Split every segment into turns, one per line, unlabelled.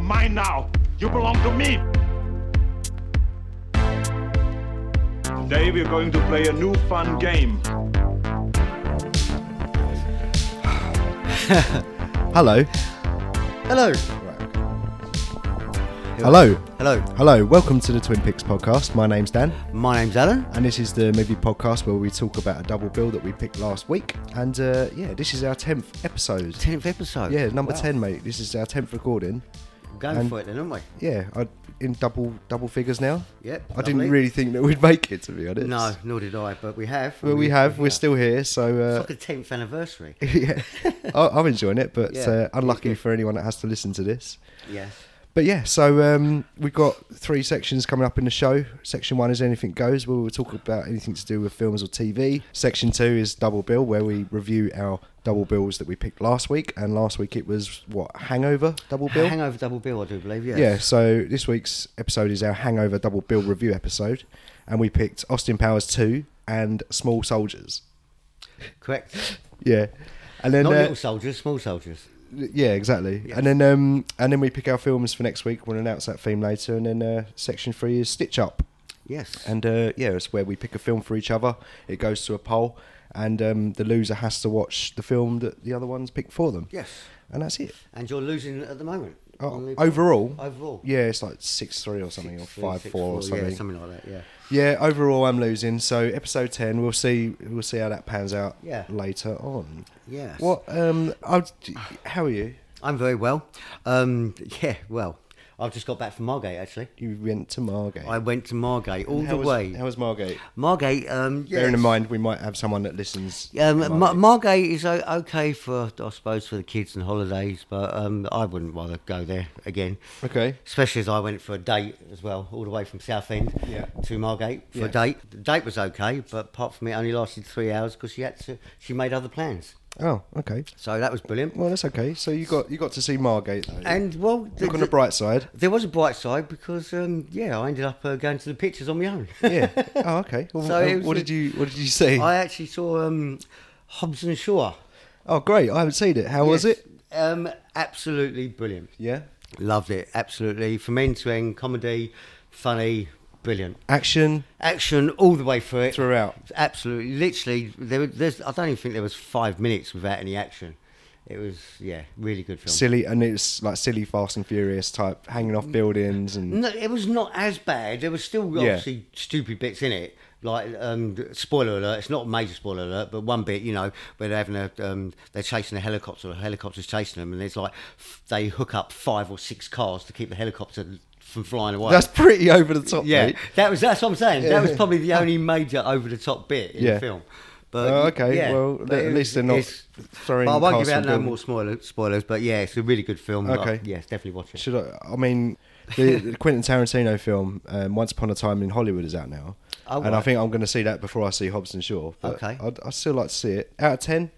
mine now. You belong to me. Today we're going to play a new fun game.
Hello.
Hello.
Hello.
Hello.
Hello. Welcome to the Twin Picks podcast. My name's Dan,
My name's Alan.
and this is the movie podcast where we talk about a double bill that we picked last week. And uh, yeah, this is our 10th episode.
10th episode.
Yeah, number
Wow.
10, mate. This is our 10th recording.
We're Going
And-
for it then, aren't we?
Yeah, I, in double double figures now.
Yep.
I didn't
lovely.
really think that we'd make it, to be honest.
No, nor did I, but we have.
But we have. We're still here, so. Uh,
It's like a 10th anniversary.
yeah, I, I'm enjoying it, but
Yeah,
uh,
it's
unlucky
good.
for anyone that has to listen to this.
yes.
But yeah, so um, we've got three sections coming up in the show. Section one is Anything Goes, where we'll talk about anything to do with films or TV. Section two is Double Bill, where we review our double bills that we picked last week. And last week it was, what, Hangover Double Bill?
Hangover double bill, I do believe, yes.
Yeah, so this week's episode is our Hangover Double Bill review episode. And we picked Austin Powers 2 and Small Soldiers.
Correct.
Yeah. And then
Not
uh,
little soldiers, small soldiers.
Yeah, exactly.
Yeah.
And then um, and then we pick our films for next week. We'll announce that theme later. And then uh, section three is Stitch Up,
Yes.
and uh, yeah, it's where we pick a film for each other. It goes to a poll, and um, the loser has to watch the film that the other ones picked for them.
yes.
and that's it.
And you're losing at the moment. On
Oh,
the-
overall,
Overall.
yeah, it's like six three or something,
Six,
or
three,
five
six,
four or something.
Yeah, something like that, yeah.
Yeah, overall, I'm losing. So episode ten, we'll see. We'll see how that pans out
Yeah.
later on.
Yes.
What? Um, I, how are you?
I'm very well. Um, yeah, well, I've just got back from Margate, actually.
You went to Margate.
I went to Margate all
how
the
was,
way.
How was Margate?
Margate, um, yes.
Bearing in mind, we might have someone that listens.
Um,
in Margate.
Mar- Margate is o- okay for, I suppose, for the kids and holidays, but um, I wouldn't rather go there again.
okay.
Especially as I went for a date as well, all the way from Southend
Yeah.
to Margate for
Yeah.
a date. The date was okay, but apart from it, only lasted three hours because she had to. She made other plans,
Oh, okay.
so that was brilliant.
Well, that's okay. So you got you got to see Margate though.
And well, the-
look on
the-
the bright side.
there was a bright side because um, yeah, I ended up uh, going to the pictures on my own.
Yeah. oh, okay. Well,
So it was
what
a-
did you What did you see?
I actually saw um, Hobbs and Shaw.
oh, great. I haven't seen it. How was
Yes.
it?
Um, absolutely brilliant.
Yeah.
Loved it, absolutely. From end to end, comedy, funny, brilliant.
Action
Action all the way through it.
throughout.
Absolutely, literally. There, was- there's, I don't even think there was five minutes without any action. It was, yeah, really good film.
Silly, and it's like silly, fast and furious type, hanging
Mm.
off buildings and
No, it was not as bad. There was still
Yeah.
obviously stupid bits in it. Like um, spoiler alert, it's not a major spoiler alert, but one bit, you know, where they're having a, um, they're chasing a helicopter, a helicopter's chasing them, and it's like f- they hook up five or six cars to keep the helicopter from flying away.
that's pretty over the top.
Yeah,
mate.
that was that's what I'm saying. That was
Yeah.
probably the only major over the top bit in
Yeah.
the film. But
Oh, okay.
yeah,
Well,
but
at
it
least they're
was-
not
it's-
throwing
But I won't
cars
give out
from
no
buildings.
more spoilers. Spoilers, but yeah, it's a really good film.
Okay.
Uh, yes, definitely watch it.
Should I? I mean, the, the Quentin Tarantino film, um, Once Upon a Time in Hollywood, is out now,
Oh,
and I
right.
think I'm going to see that before I see Hobbs and Shaw. But
Okay.
I'd, I'd still like to see it. Out of ten,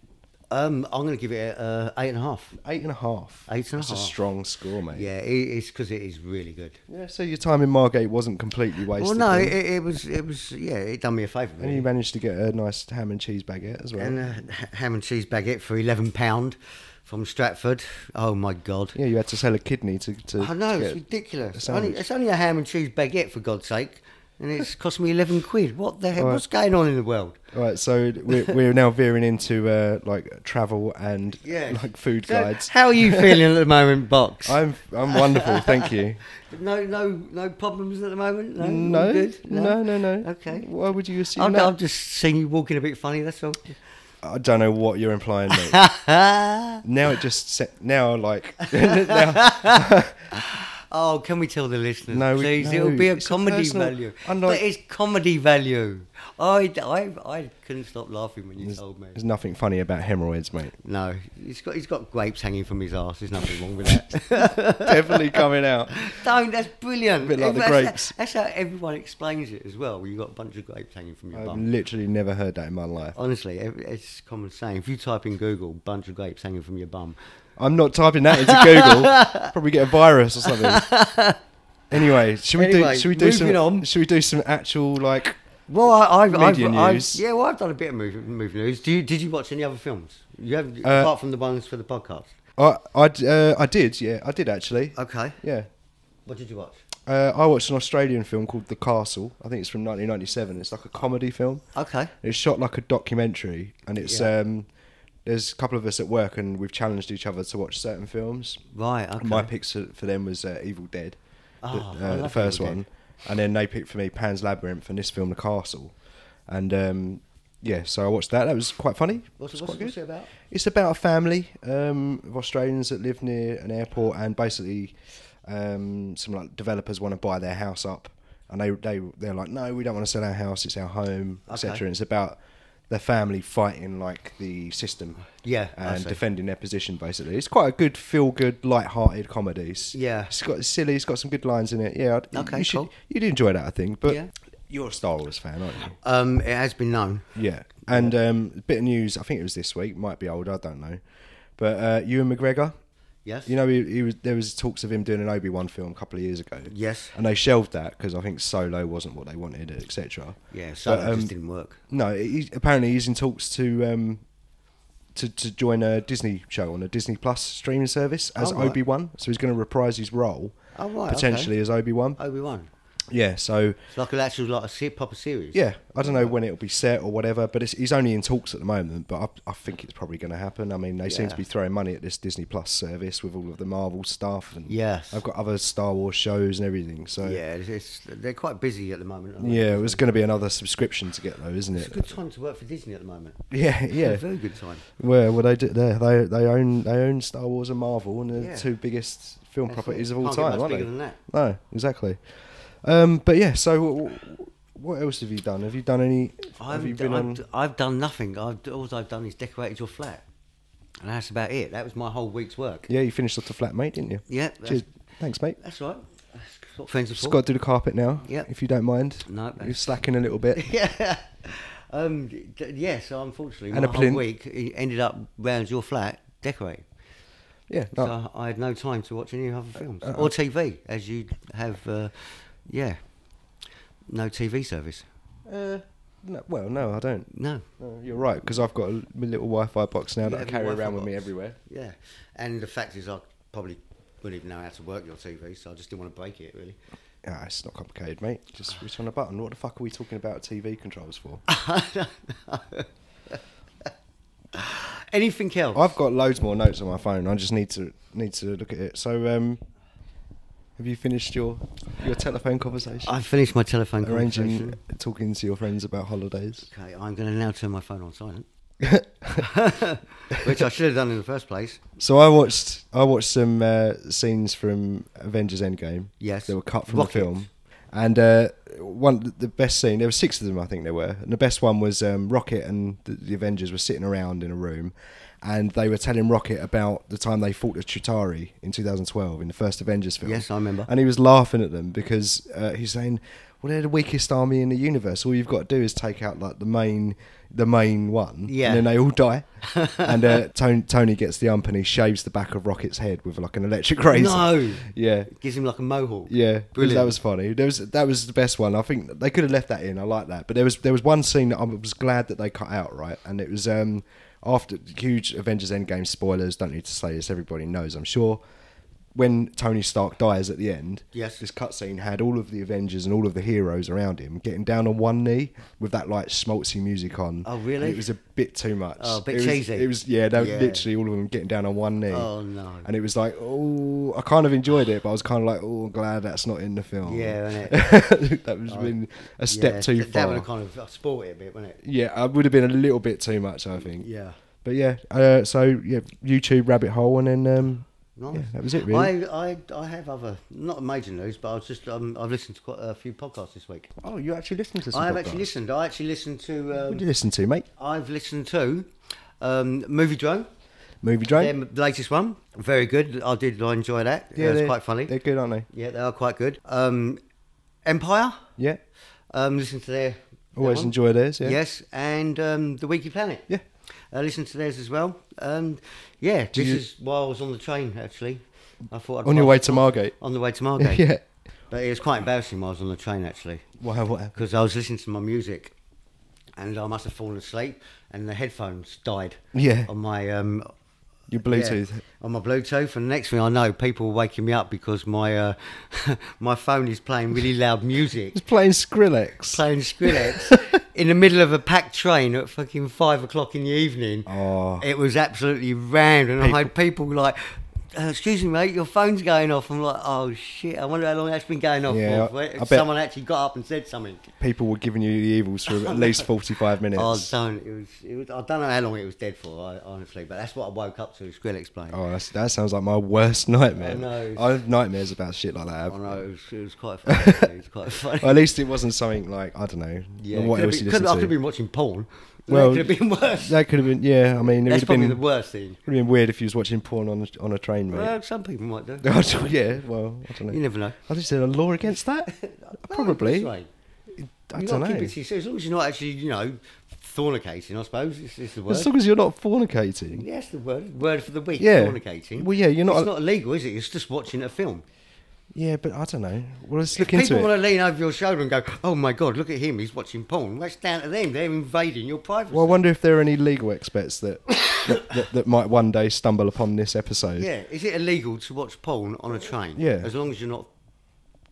Um, I'm going to give it a, uh, eight and a half.
eight and a half.
Eight and a
That's a
half.
strong score, mate.
Yeah, it, it's because it is really good.
Yeah. So your time in Margate wasn't completely wasted.
Well, no,
then.
it, it was it was yeah, it done me a favour.
and
Really.
you managed to get a nice ham and cheese baguette as well.
And uh, a h- ham and cheese baguette for eleven pound from Stratford. Oh my god.
yeah, you had to sell a kidney to. to
I know,
to
it's
get-
ridiculous.
a
Only,
sandwich.
it's only a ham and cheese baguette, for God's sake, and it's cost me 11 quid. What the hell?
Right.
What's going on in the world?
All right, so we're, we're now veering into uh, like travel and
Yeah.
like food
So,
guides.
How are you feeling at the moment, Box?
I'm I'm wonderful, thank you.
No, no, no problems at the moment? No? All
No,
good?
no, no, no.
Okay. Oh,
Why would you assume
I've,
that?
I've just seen you walking a bit funny, that's all.
I don't know what you're implying. Mate. now it just se- now like now,
oh, can we tell the listeners?
No, we-
please,
no,
it'll be a
it's a
comedy
personal-
value.
unlike-
But it's comedy value. I, I, I couldn't stop laughing when you told me.
there's nothing funny about hemorrhoids, mate.
No, he's got he's got grapes hanging from his ass. There's nothing wrong with that.
Definitely coming out.
Don't. That's brilliant.
A bit like the
That's-
grapes.
That's, how everyone explains it as well. Where you got a bunch of grapes hanging from your
I've
bum.
literally never heard that in my life.
Honestly, ev- it's common saying. If you type in Google "bunch of grapes hanging from your bum,"
I'm not typing that into Google. Probably get a virus or something. Anyway, should we
Anyway,
do? Should we do some?
moving on.
Should we do some actual like?
well, I, I've, I've,
Media
I've-
news.
yeah, well, I've done a bit of movie, movie news. Do you, did you watch any other films? You have
Uh,
apart from the ones for the podcast.
I I d- uh, I did. Yeah, I did actually.
Okay.
Yeah.
What did you watch?
Uh, I watched an Australian film called The Castle. I think it's from 1997. It's like a comedy film.
Okay.
It's shot like a documentary, and it's um, there's a couple of us at work, and we've challenged each other to watch certain films.
Right. Okay.
My picks for for them was uh, Evil Dead, the-
Oh, I
uh, the,
love
first
Evil Dead.
one, and then they picked for me Pan's Labyrinth and this film The Castle, and um, yeah, so I watched that. That was quite funny.
What's,
It's
what's,
quite good.
what's it about?
It's about a family um, of Australians that live near an airport, and basically, um, some like developers want to buy their house up, and they they they're like, no, we don't want to sell our house; it's our home, etc.
Okay.
And it's about their family fighting like the system,
Yeah, I
and
see.
defending their position. Basically, it's quite a good, feel good, light-hearted comedy. It's-
Yeah.
it's got it's silly, it's got some good lines in it. Yeah, I'd-
Okay,
you should,
cool.
You'd enjoy that, I think. But
Yeah.
you're a Star Wars fan, aren't you?
Um, it has been known.
Yeah, and um, a bit of news. I think it was this week. Might be old. I don't know. But uh, Ewan McGregor.
Yes.
You know, he, he was, there was talks of him doing an Obi Wan film a couple of years ago.
Yes.
and they shelved that because I think Solo wasn't what they wanted, etc.
Yeah.
But,
So it
um,
just didn't work.
No, he, apparently he's in talks to um, to to join a Disney show on a Disney Plus streaming service as
Oh, right.
Obi Wan. So he's going to reprise his role
Oh, right, okay. Uh,
potentially as Obi Wan.
Obi Wan.
Yeah, so
It's like an actual like a se- proper series.
yeah, I don't know when it'll be set or whatever, but it's, he's only in talks at the moment. But I, I think it's probably going to happen. I mean, they seem
Yeah.
to be throwing money at this Disney Plus service with all of the Marvel stuff, and
Yes.
I've got other Star Wars shows and everything. So
Yeah. It's, it's, they're quite busy at the moment. Aren't they?
yeah, it was going to be another subscription to get though, isn't
It's a good
it?
time to work for Disney at the moment.
Yeah,
A
yeah.
very good time.
Well, well, they do, they they they own they own Star Wars and Marvel, and they're
Yeah.
the two biggest film
That's
properties
it.
of all
Can't get
time,
much
aren't
bigger
they?
than that.
No, exactly. Um, but yeah, so. W- w- what else have you done? Have you done any? Have you
I've,
been
I've,
on?
I've done nothing. I've, all I've done is decorated your flat. And that's about it. That was my whole week's work.
Yeah, you finished off the flat, mate, didn't you?
Yeah, that's-
Cheers. Thanks, mate.
That's right. That's what friends are
Just
for.
got to do the carpet now,
Yep.
if you don't mind.
No, that's-
You're slacking a little bit.
yeah. Um, d- d- yeah, so unfortunately,
And
my
a
whole
plinth.
week it ended up round your flat decorating.
Yeah. no. Uh-uh.
So I had no time to watch any other films or TV, as you have. Uh, yeah, no TV service.
Uh, no, well, no, I don't.
No.
No, you're right, because I've got a l- my little Wi-Fi box now
You
that I
have your
carry
Wi-Fi
around with me
box.
everywhere.
Yeah, and the fact is, I probably wouldn't even know how to work your TV, so I just didn't want to break it really.
Ah, it's not complicated, mate. Just switch on a button. What the fuck are we talking about TV controls for?
Anything else?
I've got loads more notes on my phone. I just need to need to look at it. So, um, have you finished your your telephone conversation?
I finished my telephone
Arranging
conversation.
talking to your friends about holidays.
Okay, I'm going to now turn my phone on silent, which I should have done in the first place.
So I watched I watched some uh, scenes from Avengers Endgame.
Yes.
they were cut from
Rocket.
the film. And uh, one the best scene there were six of them I think there were, and the best one was um, Rocket and the, the Avengers were sitting around in a room, and they were telling Rocket about the time they fought the Chitari in 2012 in the first Avengers film.
Yes, I remember.
And he was laughing at them because uh, he's saying, "Well, they're the weakest army in the universe. All you've got to do is take out like the main, the main one,
Yeah.
and then they all die." and uh, Tony, Tony gets the ump and he shaves the back of Rocket's head with like an electric razor.
No.
Yeah.
Gives him like a mohawk.
Yeah,
brilliant.
that was funny. There was that was the best one. I think they could have left that in. I like that, but there was there was one scene that I was glad that they cut out, right? And it was um after huge Avengers Endgame spoilers. Don't need to say this. Everybody knows, I'm sure. When Tony Stark dies at the end,
Yes.
this cutscene had all of the Avengers and all of the heroes around him getting down on one knee with that like schmaltzy music on.
Oh, really?
And it was a bit too much.
Oh, a bit
it was,
cheesy.
It was yeah, they were
Yeah.
literally all of them getting down on one knee.
Oh, no.
And it was like, oh, I kind of enjoyed it, but I was kind of like, oh, I'm glad that's not in the film.
Yeah, Oh,
that was been a step
Yeah,
too
th- That
far.
would have kind of spoiled it a bit, wouldn't it?
yeah, it would have been a little bit too much, I think.
Yeah.
But yeah, uh, so yeah, YouTube rabbit hole, and then um,
Nice.
yeah, that was it really.
I, I, I have other not major news, but I was just um, I've listened to quite a few podcasts this week.
oh, you actually listened to? Some
I have
podcasts?
actually listened. I actually listened to.
What
Um,
did you listen to, mate?
I've listened to um, Movie Drone,
Movie Drone.
their m- latest one. Very good. I did. I enjoy that. Yeah, it's
they're-
quite funny.
They're good, aren't they?
Yeah, they are quite good. Um, Empire.
Yeah,
Um, listen to their. their
always
one.
enjoy theirs. Yeah.
Yes, and um, the Weekly Planet.
Yeah.
I listened to theirs as well. Um, yeah, this
you-
is while I was on the train actually. I thought I'd
On your
pass-
way to Margate.
on the way to Margate.
yeah.
But it was quite embarrassing while I was on the train actually,
Wow. What happened?
because I was listening to my music, and I must have fallen asleep, and the headphones died.
Yeah.
On my um,
Your Bluetooth.
Yeah, on my Bluetooth, and the next thing I know, people are waking me up because my uh, my phone is playing really loud music,
It's playing Skrillex.
playing Skrillex in the middle of a packed train at fucking five o'clock in the evening.
Oh.
It was absolutely rammed, and I had people like. Uh, excuse me, mate. Your phone's going off. I'm like, oh shit! I wonder how long that's been going off.
Yeah,
for.
I- I bet-
Someone actually got up and said something.
People were giving you the evils for at least 45
Oh,
minutes.
don't. It was, it was. I don't know how long it was dead for. I, honestly, but that's what I woke up to. Skrillex playing.
Oh, that's, that sounds like my worst nightmare.
I know.
I have nightmares about shit like that.
I know it was, it was quite funny. actually, it was quite funny.
Or at least it wasn't something like I don't know.
yeah,
what
could have
else
been-
you
could- I
listen
could
to?
have been watching porn.
Well,
Well, that could have been worse.
That could have been. Yeah, I mean, it would
that's
have
probably
been,
the worst thing.
would have been weird if he was watching porn on a, on a train, mate.
Well, some people might do.
yeah, well, I don't know.
You never know.
I think there a law against that. Probably.
No, it's right.
I
You
don't
gotta keep
know.
it to yourself, as long as you're not actually, you know, fornicating. I suppose it's, it's the word.
As long as you're not fornicating.
Yes, the word word for the week.
Yeah.
Fornicating.
Well, yeah, you're not-
It's not illegal, is it? It's just watching a film.
Yeah, but I don't know. Well, let's look into
People
it.
want to lean over your shoulder and go, "Oh my God, look at him! He's watching porn." That's down to them. They're invading your privacy.
Well, I wonder if there are any legal experts that that, that that might one day stumble upon this episode.
Yeah, is it illegal to watch porn on a train?
Yeah.
as long as you're not,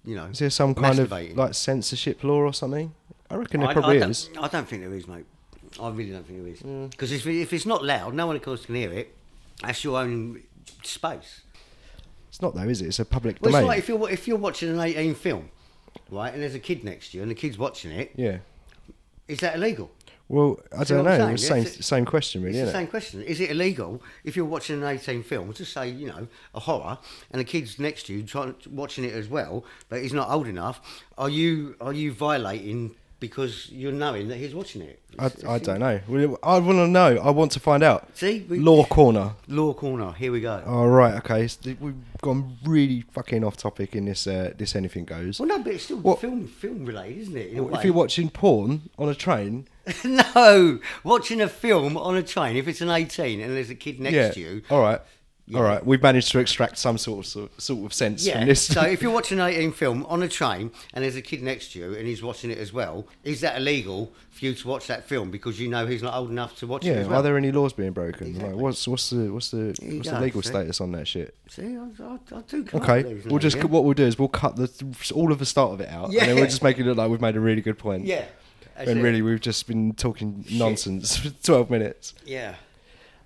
you know,
Is there some kind of
masturbating.
like censorship law or something? I reckon there
I-
probably
I,
is.
Don't, I don't think there is, mate. I really don't think there is. Because if, if it's not loud, no one of course can hear it. That's your own space.
It's not though, is it? It's a public
Well,
domain.
it's like if you're if you're watching an 18 film, right, and there's a kid next to you, and the kid's watching it. Is
yeah.
that illegal?
Well, I
See
don't
what I'm
know.
saying?
It's
Yeah,
same
it's-
same question, really.
It's the
Isn't
same
it?
question. Is it illegal if you're watching an 18 film to say, you know, a horror, and the kid's next to you trying watching it as well, but he's not old enough? Are you are you violating because you're knowing that he's watching it? It's-
I, I
it's-
don't know. Well, I want to know. I want to find out.
See, we-
law corner.
Law corner. Here we go.
All right, okay. So th- we've gone really fucking off topic in this. Uh, this anything goes.
Well, no, but it's still
What-
film film related, isn't it? in a
if
way?
you're watching porn on a train,
no, watching a film on a train. If it's an eighteen and there's a kid next
yeah.
to you,
All right. All
Yeah.
right. We've managed to extract some sort of sort, sort of sense
yeah.
from this.
So if you're watching an eighteen film on a train and there's a kid next to you and he's watching it as well, is that illegal for you to watch that film because you know he's not old enough to watch it
yeah.
as well?
Are there any laws being broken?
Exactly.
Like, what's what's the what's the
Here you
what's the
go,
legal
see?
status on that shit?
See, I, I, I do. come up with
Okay,
these
we'll just
now, yeah.
what we'll do is we'll cut the all of the start of it out, and then
Yeah.
we'll just make it look like we've made a really good point.
Yeah. that's
and
it.
really we've just been talking nonsense for twelve minutes.
Yeah.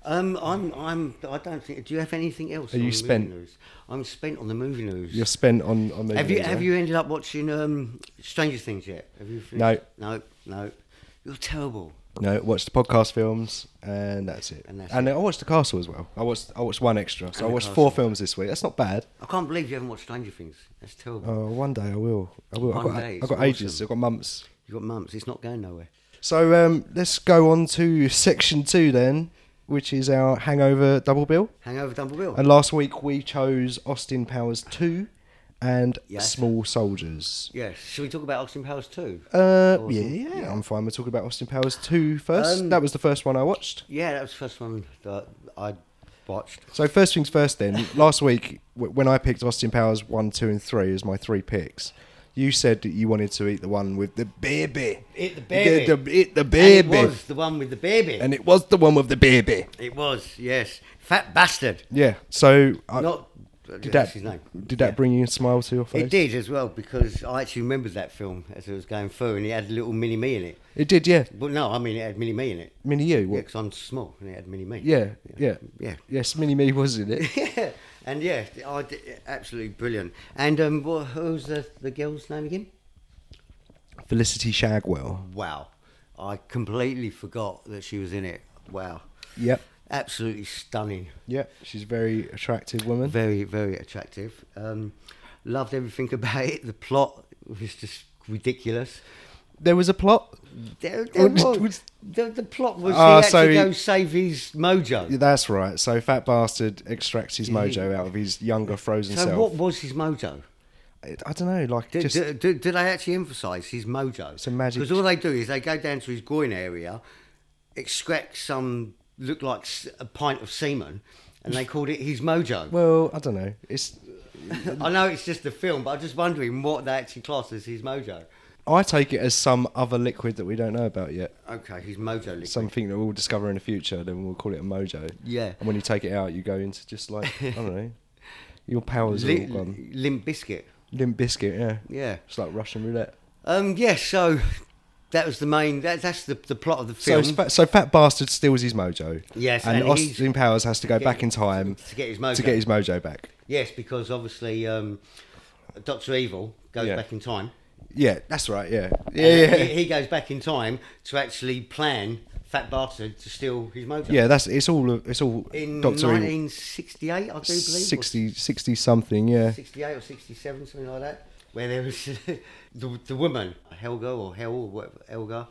Um, I'm, I'm, I don't think. Do you have anything else?
Are
on
you
the movie
spent?
News? I'm spent on the movie news.
You're spent on on the
Have you have you ended up watching um, Stranger Things yet? Have you
No.
finished? No. No, no. You're terrible.
no watched the podcast films and that's it.
And that's
I watched the castle as well. I watched I watched one extra, so
And
I
The
watched four
Castle.
films this week. That's not bad.
I can't believe you haven't watched Stranger Things. That's terrible.
Oh, one day I will. I will. I've
One
got,
day,
I've
it's
got ages.
awesome.
I've got months.
You've got mumps. It's not going nowhere.
So um, let's go on to section two then, which is our hangover double bill.
Hangover Dumble Bill.
And last week we chose Austin Powers 2 and
Yes.
Small Soldiers.
yes. Should we talk about Austin Powers too?
Uh,
Awesome.
yeah, yeah, I'm fine. We're talking about Austin Powers 2 first.
Um,
that was the first one I watched.
Yeah, that was the first one that I watched.
So, first things first then. last week, w- when I picked Austin Powers 1, 2, and 3 as my three picks, you said that you wanted to eat the one with the baby.
It the
Eat the,
baby.
eat the
And
baby.
It was the one with the baby.
And it was the one with the baby.
it was. Yes. Fat bastard.
Yeah. So, I,
Not.
Uh, did that,
that's his name.
did that
Yeah.
bring you a smile to your face?
It did as well because I actually remembered that film as it was going through, and it had a little mini me in it.
It did, yeah.
But no, I mean it had mini me in it.
Mini you.
Yeah,
What,
because I'm small, and it had mini me.
yeah, yeah.
yeah,
Yes, Mini Me was in it.
yeah. And yeah, I did, absolutely brilliant. And um, what, who was the the girl's name again?
Felicity Shagwell.
Wow, I completely forgot that she was in it. Wow.
Yep.
Absolutely stunning.
Yep, she's a very attractive woman.
Very, very attractive. Um, loved everything about it. The plot was just ridiculous.
There was a plot.
There, there
Which-
was,
which-
the, the plot was
Ah,
he had
so
to
he-
go save his mojo.
Yeah, That's right. So Fat Bastard extracts his mojo out of his younger frozen
so
self.
what was his mojo?
I- I don't know, like
Do,
just
do, do, do they actually emphasise his mojo?
a magic-
Because all they do is they go down to his groin area, extract some look like s- a pint of semen, and they called it his mojo.
well, I don't know. It's
I know it's just a film, but I'm just wondering what they actually class as his mojo.
I take it as some other liquid that we don't know about yet.
Okay, he's mojo liquid.
Something that we'll discover in the future, then we'll call it a mojo.
Yeah.
And when you take it out, you go into just like, I don't know, your powers are all
Li-
gone.
Limp Biscuit.
Limp biscuit, yeah.
Yeah.
It's like Russian roulette.
Um. Yeah. So that was the main. That, that's the the plot of the
So,
film.
it's fat, so Fat Bastard steals his mojo.
Yes,
And,
and he's-
Austin Powers has to go
get-
back in time
to get his mojo.
to get his mojo back.
yes, because obviously um, Doctor Evil goes
Yeah.
back in time.
Yeah, that's right, yeah. Yeah,
And
yeah.
He, he goes back in time to actually plan Fat Bastard to steal his mojo.
Yeah, that's it's all it's all
In
Doctor Evil.
1968, I do believe. or
60, 60 something, yeah.
68 or 67, something like that, where there was the, the woman, Helga or Hel or whatever, Helga,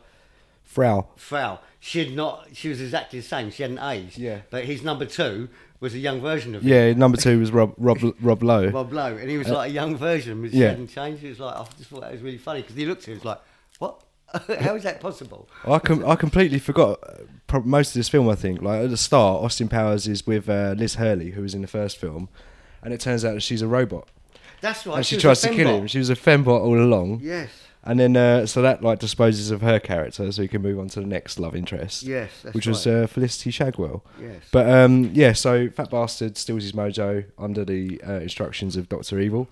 Frau.
Frau. She had not, she was exactly the same. She hadn't aged.
Yeah.
But his number two was a young version of
Yeah, number two was Rob Rob Rob Lowe.
Rob Lowe, and he was like a young version, but she
yeah.
hadn't changed. He was like, "Oh, I just thought that was really funny because he looked at it, he was like, what? How is that possible?
I com- I completely forgot uh, pro- most of this film. I think like at the start, Austin Powers is with uh, Liz Hurley, who was in the first film, and it turns out that she's a robot,
That's right.
and she,
Oh, was a
tries to kill
fembot.
him. She was a fembot all along.
Yes,
And then, uh, so that like disposes of her character, so we can move on to the next love interest.
Yes, that's
which was
right.
uh, Felicity Shagwell.
Yes.
But um, yeah, so Fat Bastard steals his mojo under the uh, instructions of Doctor Evil.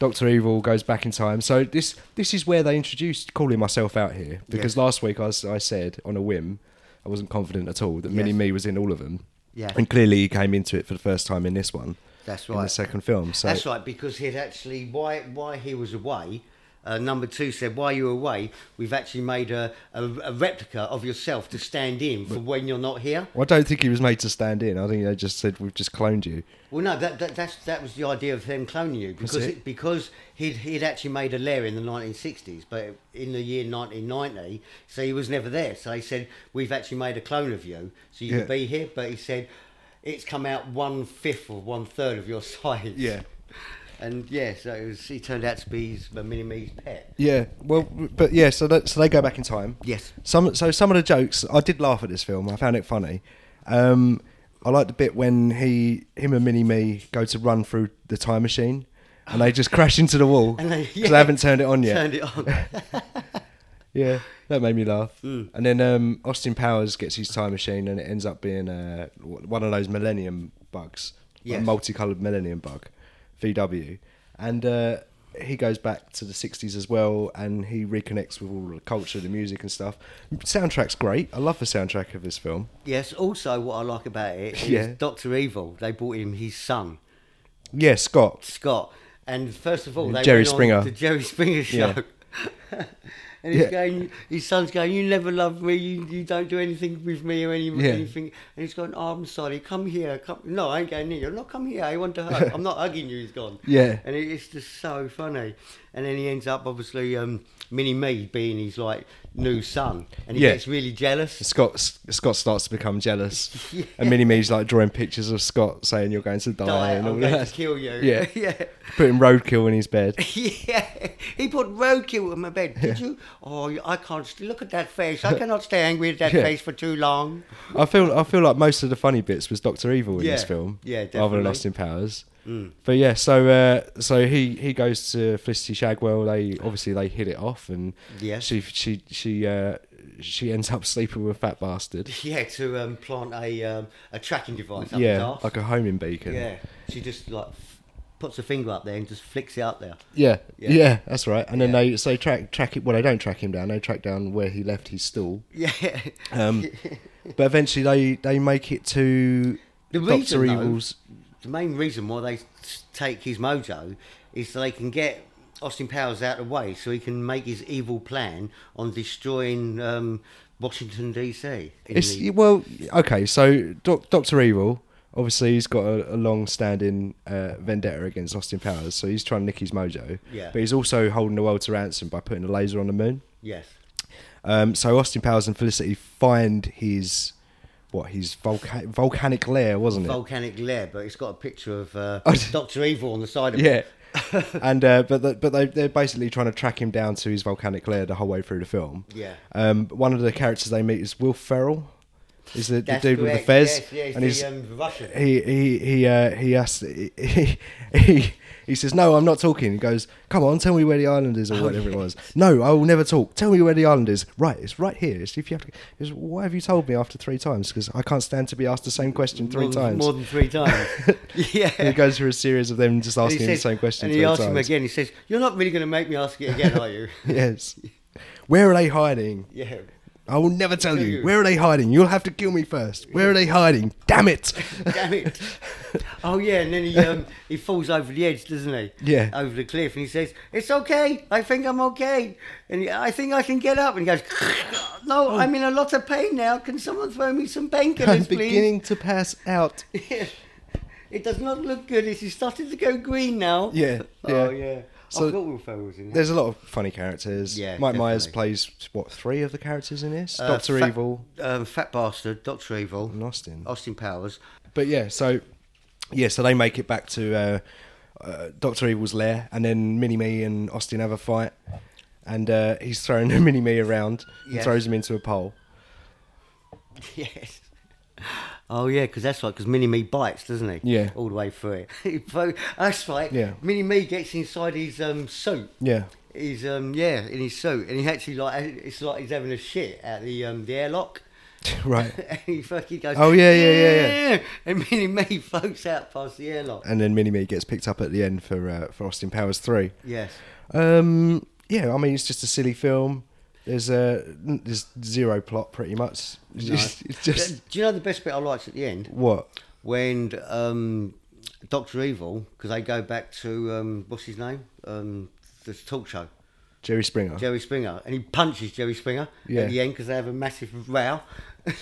Doctor Evil goes back in time. So this this is where they introduced calling myself out here because last week I, s- I said on a whim I wasn't confident at all that Mini Me was in all of them.
Yeah.
And clearly he came into it for the first time in this one.
That's
In the
right.
second film. So
that's right. Because he'd actually why why he was away. Uh, number two said, "While you're away, we've actually made a, a, a replica of yourself to stand in for when you're not here."
Well, I don't think he was made to stand in. I think they just said we've just cloned you.
Well, no, that, that that's that was the idea of them cloning you because
it?
it? because he'd he'd actually made a lair in the 1960s, but in the year 1990, so he was never there. So he said, "We've actually made a clone of you, so you
Yeah.
can be here." But he said, "It's come out one fifth or one third of your size."
Yeah.
and yeah, so it was, he turned out to be his, a mini me's pet.
Yeah, well, but yeah, so that, so they go back in time.
Yes.
Some so some of the jokes I did laugh at this film. I found it funny. Um, I like the bit when he him and Mini Me go to run through the time machine, and they just crash into the wall
And they-
because they haven't turned it on yet.
Turned it on.
Yeah, that made me laugh. And then um, Austin Powers gets his time machine, and it ends up being uh, w- one of those Millennium bugs, a
Yes.
multicolored Millennium bug, VW, and uh, he goes back to the '60s as well, and he reconnects with all the culture, the music, and stuff. Soundtrack's great. I love the soundtrack of this film.
yes. Also, what I like about it is
Yeah.
Doctor Evil. They brought him his son.
Yeah, Scott.
Scott. And first of all, they
Jerry
went on
Springer.
the Jerry Springer show.
Yeah.
and he's
Yeah.
going, his son's going, you never love me, you, you don't do anything with me or any,
Yeah.
anything. And he's going, oh, I'm sorry, come here, come. No, I ain't going near you. No, come here, I want to hug. I'm not hugging you, he's gone.
Yeah.
And it, it's just so funny. And then he ends up, obviously, um, Mini Me being his, like, new son. And he
Yeah.
gets really jealous.
Scott Scott starts to become jealous, and Minnie Me's like drawing pictures of Scott saying you're going to die,
Die,
and all
I'm going
that.
to kill you.
Yeah.
yeah.
Putting roadkill in his bed.
Yeah, he put roadkill in my bed. Did you? Oh, you- I can't st- look at that face. I cannot stay angry at that
Yeah.
face for too long.
I feel I feel like most of the funny bits was Doctor Evil in
Yeah,
this film,
yeah,
rather than
definitely. Mm.
Austin Powers. But yeah, so uh, so he he goes to Felicity Shagwell. They obviously they hit it off, and
Yes.
she she she uh, she ends up sleeping with a fat bastard.
Yeah, to um, plant a um, a tracking device up his
yeah,
arse.
like a homing beacon.
yeah, she just like f- puts her finger up there and just flicks it up there.
yeah,
Yeah.
yeah, that's right. And then
Yeah.
they so they track track it. Well, they don't track him down. They track down where he left his stool.
Yeah.
Um, but eventually they they make it to
The
Doctor
reason, though-
Evil's.
the main reason why they s- take his mojo is so they can get Austin Powers out of the way so he can make his evil plan on destroying um, Washington D.C. in
It's
the-
well, okay. So Doc, Doctor Evil, obviously, he's got a, a long-standing uh, vendetta against Austin Powers, so he's trying to nick his mojo.
Yeah.
But he's also holding the world to ransom by putting a laser on the moon.
yes.
Um, so Austin Powers and Felicity find his what his volca- volcanic lair, wasn't it?
volcanic lair, but it's got a picture of uh,
Oh, d-
Doctor Evil on the side of
yeah.
it.
and uh, but the, but they they're basically trying to track him down to his volcanic lair the whole way through the film.
Yeah.
Um, one of the characters they meet is Will Ferrell. Is the, the
That's
dude with the
correct,
fez?
yes, yes,
and
the,
he's
um, Russian.
He he he uh, he asks he, he he says no, I'm not talking. He goes, come on, tell me where the island is or
Oh,
whatever it was. No, I will never talk. Tell me where the island is. Right, it's right here. It's if you have to. It's, why have you told me after three times? Because I can't stand to be asked the same question three
more than,
times.
More than three times. yeah.
And he goes through a series of them just
And he
asking him the
says-
same question
And
three
he asks
times.
him again. He says, "You're not really going to make me ask it again, are you?"
Yes. Where are they hiding?
yeah.
I will never tell
Tell
you.
you.
Where are they hiding? You'll have to kill me first. Where are they hiding? Damn it!
Damn it. Oh yeah, and then he um, he falls over the edge, doesn't he?
Yeah.
Over the cliff, and he says, "It's okay. I think I'm okay, and he- I think I can get up." And he goes, "No, I'm in a lot of pain now. Can someone throw me some
Oh. I'm
painkillers, please?"
beginning to pass out.
It does not look good. It's it's starting to go green now.
Yeah,
Oh
yeah.
yeah.
So-
I forgot Will Ferrell was in it.
There's a lot of funny characters.
Yeah,
Mike Myers
definitely.
plays what three of the characters in this?
Uh,
Doctor
Fat-
Evil
um, Fat Bastard, Doctor Evil,
and Austin.
Austin Powers.
But yeah, so yeah, so they make it back to uh, uh, Doctor Evil's lair, and then Mini Me and Austin have a fight, and uh, he's throwing Mini Me around and
Yes.
throws him into a pole.
Yes. Oh yeah, because that's right. Because Mini Me bites, doesn't he?
Yeah.
All the way through it. He pro- that's right.
Yeah.
Mini Me gets inside his um suit.
Yeah,
His um yeah in his suit, and he actually like it's like he's having a shit at the um the airlock.
right.
and he fucking goes.
Oh, yeah, yeah, yeah,
"Yeah," And Mini Me floats out past the airlock.
And then Mini Me gets picked up at the end for uh, for Austin Powers three.
Yes.
Um, yeah, I mean it's just a silly film. There's uh, n there's zero plot pretty much. It's just, it's just
Do you know the best bit I liked at the end?
what
when um, Doctor Evil, because they go back to um, what's his name, um, the talk show,
Jerry Springer.
Jerry Springer, and he punches Jerry Springer
Yeah.
at the end because they have a massive row.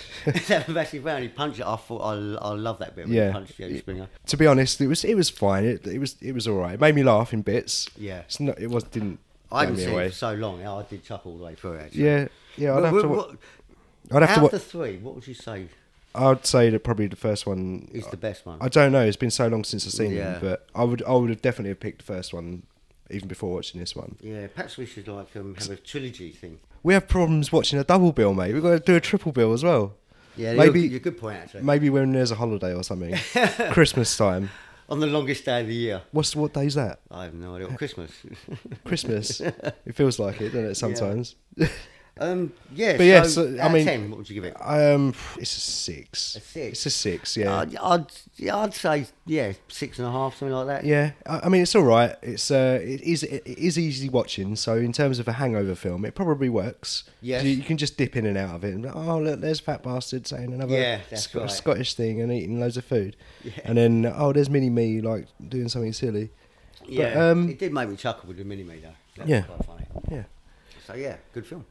they have a massive row, and he punches it. I thought I, I love that bit. When
Yeah.
he punched Jerry Springer.
to be honest, it was it was fine. It, it was it was all right. It made me laugh in bits.
Yeah.
it's not, it was didn't.
I
blow
haven't
me
seen
away.
it for so long. I did chuckle all the way through. Actually.
Yeah, yeah. I'd
Wh-
have to.
wh-
Wa-
wh-
I'd have to.
out of
Wa-
the three, what would you say
I'd say that probably the first one.
is the best one?
I don't know. It's been so long since I've seen
Yeah.
them, but I would I would have definitely have picked the first one even before watching this one.
yeah, perhaps we should like um, have a trilogy thing.
We have problems watching a double bill, mate. We've got to do a triple bill as well.
Yeah,
maybe
maybe you're, you're good point actually.
maybe when there's a holiday or something, Christmas time.
On the longest day of the year,
What's what day's that?
I have no idea. Christmas.
Christmas. it feels like it, doesn't it? Sometimes.
Um, yeah,
But yeah,
so,
so, I
out of
mean-
10, what would you give it?
Um, it's a six.
A six?
It's a six. Yeah.
I'd, I'd, yeah, I'd say, yeah, six and a half, something like that.
yeah. I, I mean, it's all right. It's uh, it is it is easy watching. So in terms of a hangover film, it probably works.
Yes.
You, you can just dip in and out of it. And, oh look, there's fat bastard saying another
Yeah, that's
Sc-
right.
Scottish thing and eating loads of food.
Yeah.
And then oh, there's mini me like doing something silly.
Yeah,
But, um,
it did make me chuckle with the mini me, though. That
Yeah.
Was quite funny.
Yeah.
So, yeah, good film.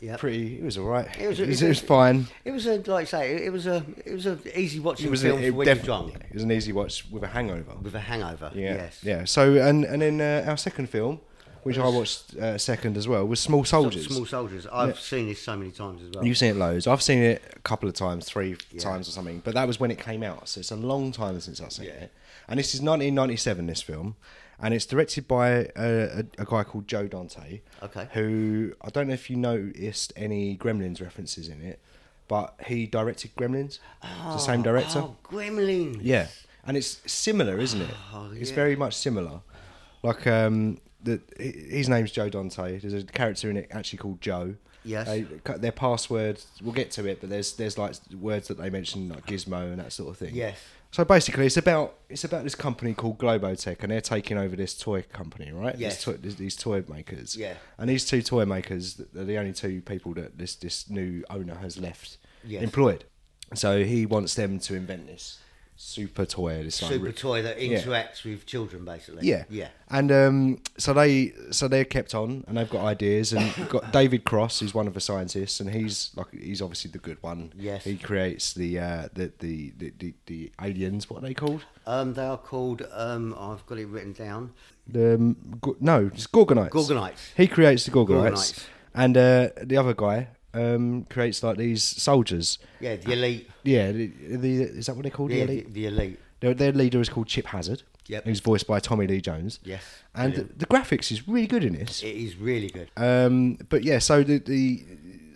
Yeah.
Pretty. It was all right.
It was-
It was,
it
it
was-
was fine.
It was a, like I say, it was a, it was an easy watching
It was
film
a,
for
it
when you're
definitely.
drunk
It was an easy watch with a hangover.
with a hangover.
Yeah.
Yes.
Yeah. So and and then uh, our second film, which I watched uh, second as well, was Small
Sort of
Soldiers.
Small soldiers. I've seen this so many times as well.
You've seen it loads. I've seen it a couple of times, three times or something. But that was when it came out, so it's a long time since I've seen
Yeah.
it. And this is 1997. This film, and it's directed by a, a, a guy called Joe Dante.
Okay.
Who I don't know if you noticed any Gremlins references in it, but he directed Gremlins. It's the same director.
Oh, Gremlin.
Yeah, and it's similar, isn't it?
Oh,
It's
yeah.
very much similar. Like um, the hi- his name's Joe Dante. There's a character in it actually called Joe.
Yes.
They, their password. We'll get to it, but there's there's like words that they mention like Gizmo and that sort of thing.
Yes.
So basically, it's about it's about this company called Globotech, and they're taking over this toy company, right? These
Yes.
toy- these, these toy makers.
Yeah.
And these two toy makers are the only two people that this this new owner has left
Yes.
employed. So he wants them to invent this super toy, this like,
Super
re-
toy that
Yeah.
interacts with children, basically.
yeah.
Yeah.
And um, so they so they're kept on and they've got ideas and you've got David Cross who's one of the scientists and he's like he's obviously the good one.
Yes.
He creates the uh, the, the, the, the the aliens, what are they called?
Um, they are called, um, I've got it written down.
The um, go- no, it's Gorgonites.
Gorgonites.
He creates the Gorgonites.
Gorgonites.
And uh, the other guy um, creates like these soldiers.
Yeah, the elite.
Yeah, the, the, is that what they're called?
Yeah,
Uh, the elite?
the, the elite.
Their, their leader is called Chip Hazard.
Yep.
Who's voiced by Tommy Lee Jones.
Yes,
And the, the graphics is really good in this.
It is really good.
Um, but yeah, so the, the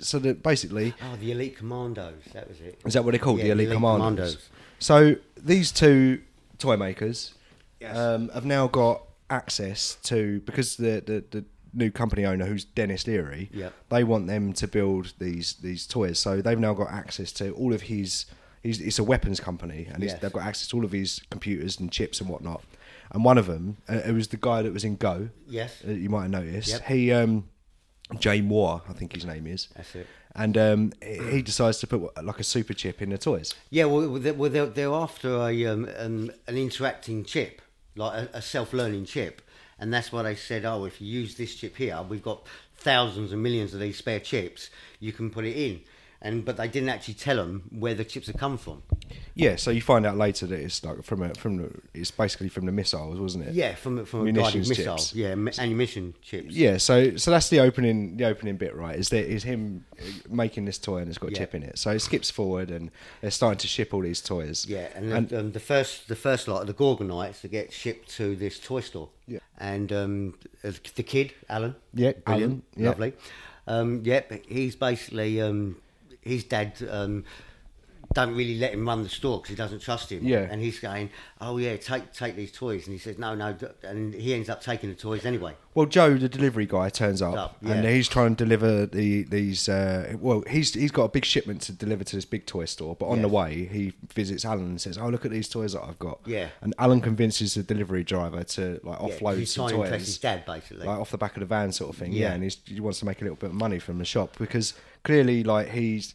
so that basically
Oh, the Elite Commandos. That was it.
is that what they're called?
Yeah,
the Elite, Commandos.
Commandos.
So these two toy makers
Yes.
um, have now got access to because the, the the new company owner, who's Dennis Leary,
Yeah.
they want them to build these these toys. So they've now got access to all of his. He's, it's a weapons company, and he's,
Yes.
they've got access to all of his computers and chips and whatnot. And one of them, uh, it was the guy that was in Go.
Yes.
uh, you might have noticed.
Yep.
He, um, Jay Moore, I think his name is.
That's it.
And um, he he decides to put what, like a super chip in the toys.
Yeah, well, well, they're, well, they're, they're after a um, um, an interacting chip, like a, a self-learning chip, and that's why they said, oh, if you use this chip here, we've got thousands and millions of these spare chips, you can put it in. And but they didn't actually tell them where the chips had come from.
Yeah, so you find out later that it's like from a, from the, it's basically from the missiles, wasn't it?
Yeah, from from a guided
Munitions
missile.
chips.
Yeah, m- ammunition chips.
Yeah, so so that's the opening the opening bit, right? Is that is him making this toy and it's got a
Yeah.
chip in it. So it skips forward and they're starting to ship all these toys.
Yeah, and, the, um, the first the first lot of the Gorgonites that get shipped to this toy store.
Yeah.
And um, the kid Alan.
Yeah, Alan,
brilliant,
yeah.
lovely. Um, yep, he's basically um, his dad. Um, don't really let him run the store because he doesn't trust him.
Yeah.
and he's going, "Oh yeah, take take these toys," and he says, "No, no," d-" and he ends up taking the toys anyway.
Well, Joe, the delivery guy, turns up,
Up,
and
yeah.
he's trying to deliver the these. Uh, well, he's he's got a big shipment to deliver to this big toy store, but on the
Yes.
way, he visits Alan and says, "Oh, look at these toys that I've got."
Yeah.
and Alan convinces the delivery driver to like
Yeah, 'cause
offload
he's
some
trying to impress his
toys.
dad basically.
Like off the back of the van, sort of thing. Yeah,
Yeah.
and he's, he wants to make a little bit of money from the shop because clearly, like he's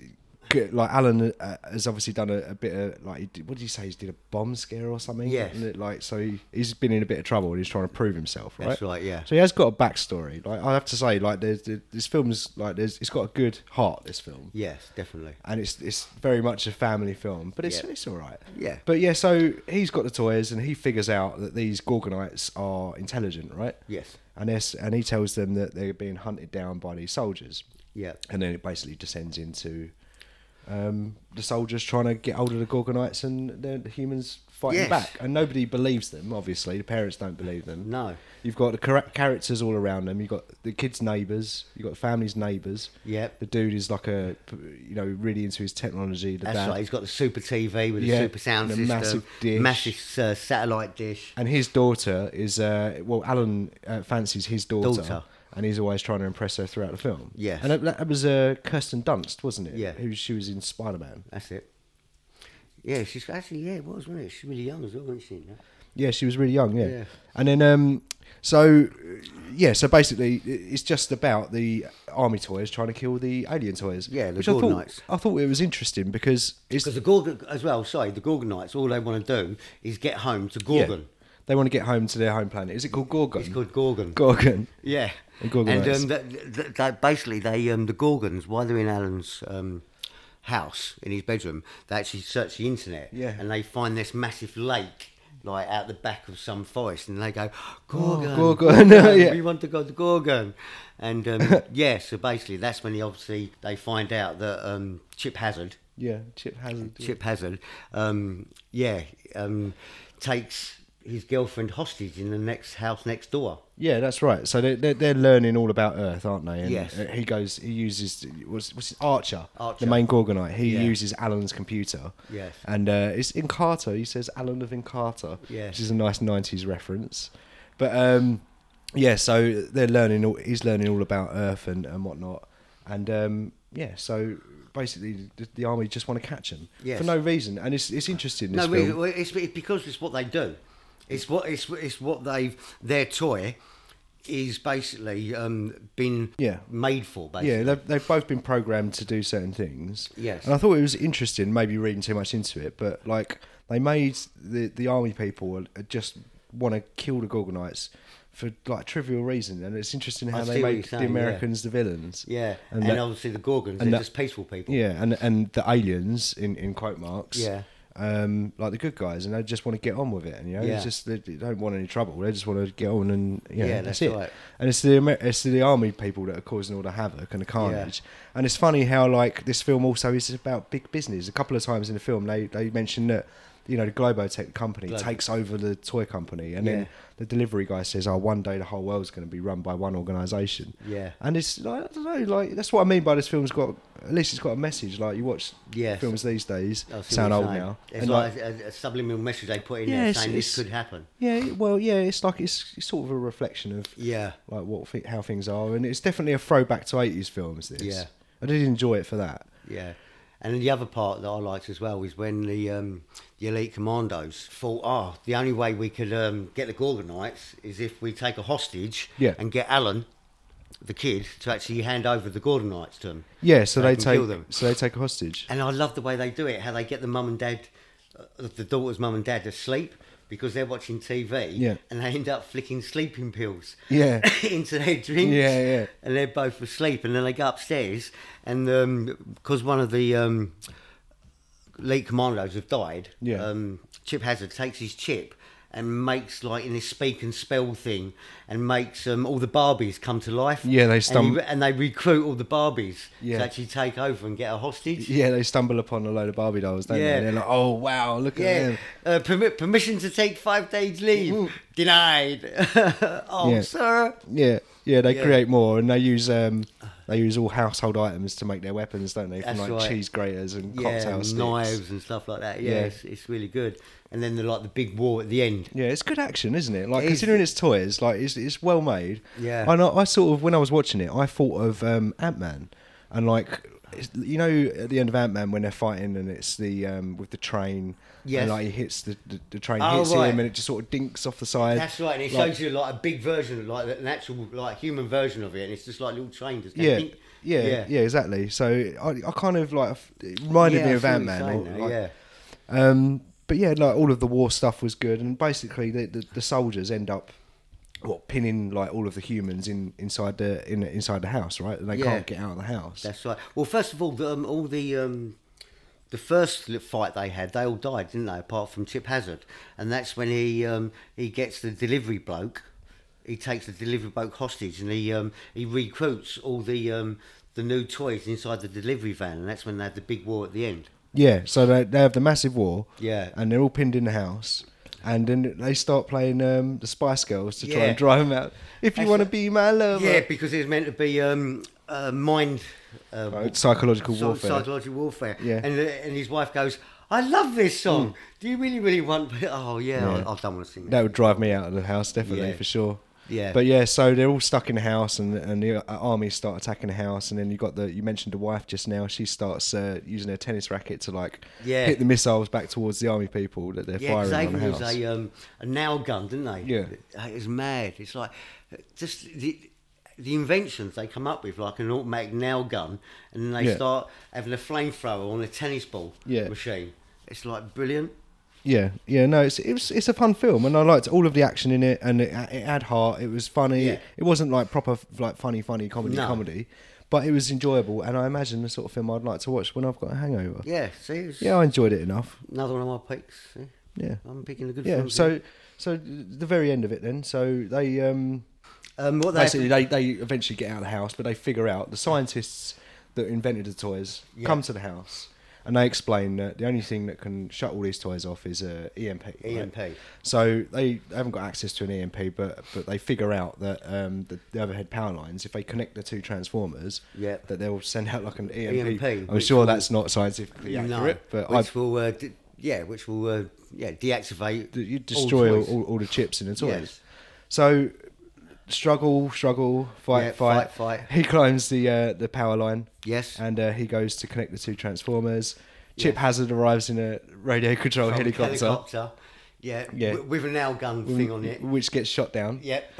like Alan uh, has obviously done a, a bit of like he did- what did he say? He did a bomb scare or something.
Yes.
And it, Like so, he, he's been in a bit of trouble and he's trying to prove himself. Right.
That's right, yeah.
So he has got a backstory. Like I have to say, like there's, there- this film's like there's it's got a good heart. This film,
Yes, definitely.
and it's it's very much a family film, but it's
Yeah.
it's all right.
Yeah.
But yeah, so he's got the toys, and he figures out that these Gorgonites are intelligent, right?
Yes.
And this, and he tells them that they're being hunted down by these soldiers.
Yeah.
And then it basically descends into um, the soldiers trying to get hold of the Gorgonites and the the humans fighting
Yes.
back. And nobody believes them, obviously. The parents don't believe them.
No.
You've got the correct characters all around them. You've got the kids' neighbours. You've got the family's neighbours.
Yep.
The dude is like a, you know, really into his technology. The
That's
dad.
right. He's got the super TV with
Yeah,
the super sound
and a
system,
massive dish.
massive, uh, satellite dish.
And his daughter is, uh, well, Alan uh, fancies his daughter,
Daughter.
and he's always trying to impress her throughout the film.
Yes.
and that, that was uh, Kirsten Dunst, wasn't it?
Yeah.
who she was in Spider Man.
That's it. Yeah, she's actually yeah, it was wasn't it? She's really young as well, wasn't she? No?
Yeah, she was really young. Yeah,
Yeah.
and then um, so yeah, so basically i- it's just about the army toys trying to kill the alien toys.
Yeah, the
which I thought,
Gordonites.
I thought it was interesting because it's
Because the Gorgon as well. Sorry, the Gorgonites. All they want to do is get home to
yeah,
Gorgon.
they want to get home to their home planet. Is it called Gorgon?
It's called Gorgon.
Gorgon.
yeah.
And Gorgonites.
um, th- th- th- basically, they um, the Gorgons while they're in Alan's um, house in his bedroom, they actually search the internet.
Yeah.
And they find this massive lake. Like out the back of some forest, and they go, Gorgon,
Oh, Gorgon, yeah.
we want to go to Gorgon, and um, yeah, so basically that's when he obviously they find out that um, Chip Hazard,
Yeah, Chip Hazard.
Chip Hazard, um, yeah, um, takes his girlfriend hostage in the next house next door.
Yeah, that's right. So they're, they're, they're learning all about Earth, aren't they? And
Yes.
uh, He goes. He uses what's, what's his, Archer,
Archer.
the main Gorgonite. He
Yeah.
uses Alan's computer.
Yes.
And uh, it's Incarta. He says Alan of Incarta.
Yes.
Which is a nice '90s reference. But um, yeah, so they're learning. All, he's learning all about Earth and, and whatnot. And um, yeah, so basically the, the army just want to catch him
Yes.
for no reason. And it's it's interesting. This
no,
film.
really, well, it's, it's because it's what they do. It's what it's it's what they've their toy is basically um, been
Yeah.
made for. Basically,
Yeah, they've, they've both been programmed to do certain things.
Yes.
And I thought it was interesting, maybe reading too much into it, but like they made the, the army people just want to kill the Gorgonites for like trivial reason. And it's interesting how
I
they
see what
make
you're saying,
the
yeah.
Americans the villains.
Yeah,
And
and,
that-
obviously the
and
Gorgons, they're
that-
just peaceful people.
Yeah, and, and the aliens in, in quote marks.
Yeah.
Um, like the good guys, and they just want to get on with it, and you know,
Yeah.
it's just they, they don't want any trouble. They just want to get on, and you know,
Yeah,
that's,
that's
it.
right.
And it's the Amer- it's the army people that are causing all the havoc and the carnage. And it's funny how like this film also is about big business. A couple of times in the film, they they mention that you know, the Globotech company
Globo.
takes over the toy company, and
Yeah.
then the delivery guy says, "Oh, one day the whole world's going to be run by one organisation."
Yeah.
and it's like I don't know, like that's what I mean by this film's got at least it's got a message. Like you watch
Yes.
films these days,
I see
sound
what
old
you're saying.
now,
It's
and,
like, a, a subliminal message they put in
Yeah,
there
it's-
saying this
it's-
could happen.
yeah, well, yeah, it's like it's, it's sort of a reflection of
Yeah.
like what thi- how things are, and it's definitely a throwback to eighties films. This,
Yeah.
I did enjoy it for that.
Yeah. And then the other part that I liked as well is when the um, the elite commandos thought, oh, the only way we could um, get the Gorgonites is if we take a hostage
Yeah.
and get Alan, the kid, to actually hand over the Gorgonites to him.
Yeah, so
They
they,
can
take
kill them.
so they take a hostage.
And I love the way they do it, how they get the mum and dad, uh, the daughter's mum and dad asleep because they're watching TV
Yeah.
and they end up flicking sleeping pills
Yeah.
into their drinks.
Yeah, yeah.
And they're both asleep. And then they go upstairs and because one of the um, lead commandos have died,
Yeah.
um, Chip Hazard takes his chip and makes like in this speak and spell thing and makes um, all the Barbies come to life.
Yeah, they
And he
stum-
re- and they recruit all the Barbies
Yeah.
to actually take over and get a hostage.
Yeah, they stumble upon a load of Barbie dolls, don't they?
Yeah.
And they're like, oh wow, look at
Yeah,
them.
uh, permi- permission to take five days leave denied. oh,
Yeah.
sir.
Yeah, yeah, they
Yeah.
create more, and they use um, they use all household items to make their weapons, don't they? From
That's
like
right.
cheese graters and
Yeah,
cocktail sticks.
knives and stuff like that. Yeah,
Yeah.
It's, it's really good. And then the like the big war at the end.
Yeah, it's good action, isn't it? Like
It is.
considering it's toys, like it's it's well made.
Yeah.
And I, I sort of when I was watching it, I thought of um, Ant Man, and like it's- you know at the end of Ant Man when they're fighting and it's the um, with the train.
Yes.
And like he hits the the, the train
Oh,
hits
right.
him and it just sort of dinks off the side.
That's right, and it
Like-
shows you like a big version, of, like an actual like human version of it, and it's just like little train just going
Yeah,
dink.
yeah, yeah, exactly. So I, I kind of like it reminded
Yeah,
me
I
of
see what
Ant
you're saying
Man.
now, yeah.
Um, but yeah, like all of the war stuff was good, and basically the, the, the soldiers end up what pinning like all of the humans in inside the in inside the house, right? And they
Yeah.
can't get out of the house.
That's right. Well, first of all, the, um, all the um, the first li- fight they had, they all died, didn't they? Apart from Chip Hazard, and that's when he um, he gets the delivery bloke. He takes the delivery bloke hostage, and he um, he recruits all the um, the new toys inside the delivery van, and that's when they had the big war at the end.
yeah, so they they have the massive war.
Yeah.
and they're all pinned in the house. And then they start playing um, the Spice Girls to try
Yeah.
and drive them out. If you
That's
want to
right.
be my lover,
Yeah, because it's meant to be um, uh, mind uh,
Oh, psychological
psy-
warfare.
psychological warfare.
Yeah.
and uh, and his wife goes. I love this song. Do you really, really want? Oh yeah, I, I don't want to sing that.
That would drive me out of the house, definitely
Yeah.
for sure.
Yeah.
But yeah, so they're all stuck in the house, and and the uh, army start attacking the house, and then you got the you mentioned the wife just now. She starts uh, using her tennis racket to like
Yeah.
hit the missiles back towards the army people that they're
Yeah,
firing
because they
on the
was
house.
a, um, a nail gun, didn't they?
Yeah.
Uh, It's mad. It's like just the, the inventions they come up with, like an automatic nail gun, and they
Yeah.
start having a flamethrower on a tennis ball
Yeah.
machine. It's like brilliant.
Yeah, yeah, no, it's it was, it's a fun film, and I liked all of the action in it, and it, uh, it had heart. It was funny.
Yeah.
It wasn't like proper like funny, funny comedy,
No.
comedy, but it was enjoyable, and I imagine the sort of film I'd like to watch when I've got a hangover.
Yeah, see, it's
yeah I enjoyed it enough.
another one of my picks. See?
Yeah.
I'm picking a good
Yeah,
film.
so so the very end of it then. So they um
um, what they have to-
basically they, they eventually get out of the house, but they figure out the scientists that invented the toys
Yeah.
come to the house and they explain that the only thing that can shut all these toys off is a EMP. right?
EMP.
So they haven't got access to an EMP, but but they figure out that um, the, the overhead power lines, if they connect the two transformers,
Yeah.
that they'll send out like an EMP.
EMP,
I'm
which
sure
will-
that's not scientifically accurate, but I
which will, uh, d- yeah, which will, uh, yeah, deactivate.
that you
all
destroy all,
toys.
all, the chips in the toys.
Yes.
So struggle, struggle, fight,
Yeah,
fight,
fight, fight.
He climbs the uh, the power line.
Yes.
and uh, he goes to connect the two transformers. Chip Hazard arrives in a radio control
From
helicopter,
helicopter. Yeah,
Yeah.
w- with a nail gun thing on it.
which gets shot down.
Yep.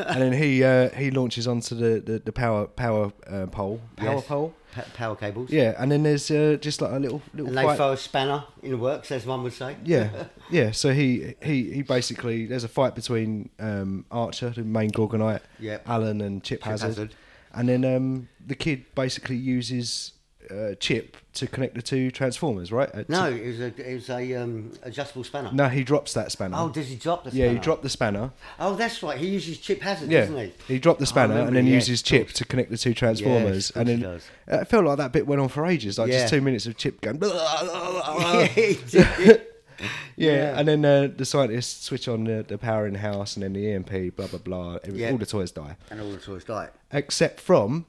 and then he uh, he launches onto the the, the power power uh, pole, power
Yes.
pole.
Pa- power cables.
Yeah, and then there's uh, just like a little little
And they
fight.
throw a spanner in the works, as one would say.
Yeah, yeah. So he he he basically there's a fight between um, Archer, the main Gorgonite,
Yep.
Alan and Chip, Hazard.
Hazard.
and then um, the kid basically uses uh, Chip to connect the two transformers, right? Uh, to-
No, it was a it was a um, adjustable spanner.
no, he drops that spanner.
Oh, does he drop the
yeah,
spanner?
he dropped the spanner.
Oh, that's right. He uses chip hazard,
Yeah,
doesn't he?
dropped the
I
spanner
remember,
and then
yeah,
uses
of course.
Chip to connect the two transformers,
of course
and
he
then
does.
Uh, it felt like that bit went on for ages, like just
Yeah.
two minutes of Chip going.
Yeah, he did.
Yeah, and then uh, the scientists switch on the, the power in the house, and then the EMP, blah blah blah. Every,
Yeah.
All the toys die,
and all the toys die.
except from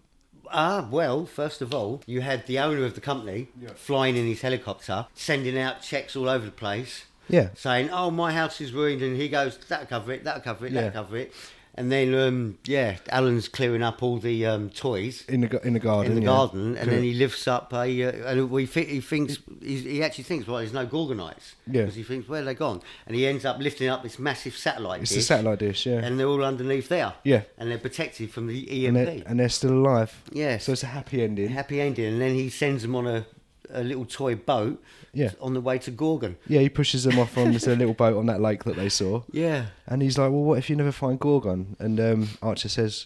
Ah, well, first of all, you had the owner of the company flying in his helicopter, sending out checks all over the place.
Yeah.
Saying, oh, my house is ruined. And he goes, that'll cover it, that'll cover it,
Yeah.
that'll cover it. And then, um, yeah, Alan's clearing up all the um, toys.
in the gar- in the garden.
in the
yeah.
garden, and
Cool.
then he lifts up a. Uh, and we thi- he thinks he, he actually thinks, well, there's no gorgonites.
Yeah.
Because he thinks, where are they gone? And he ends up lifting up this massive satellite.
It's
dish,
the satellite dish, yeah.
And they're all underneath there.
Yeah.
And they're protected from the E
and
EMP.
they're, and they're still alive.
Yeah.
So it's a happy ending.
Happy ending, and then he sends them on a, a little toy boat.
Yeah.
On the way to Gorgon.
yeah, he pushes them off on this little boat on that lake that they saw.
Yeah.
And he's like, "Well, what if you never find Gorgon?" And um, Archer says,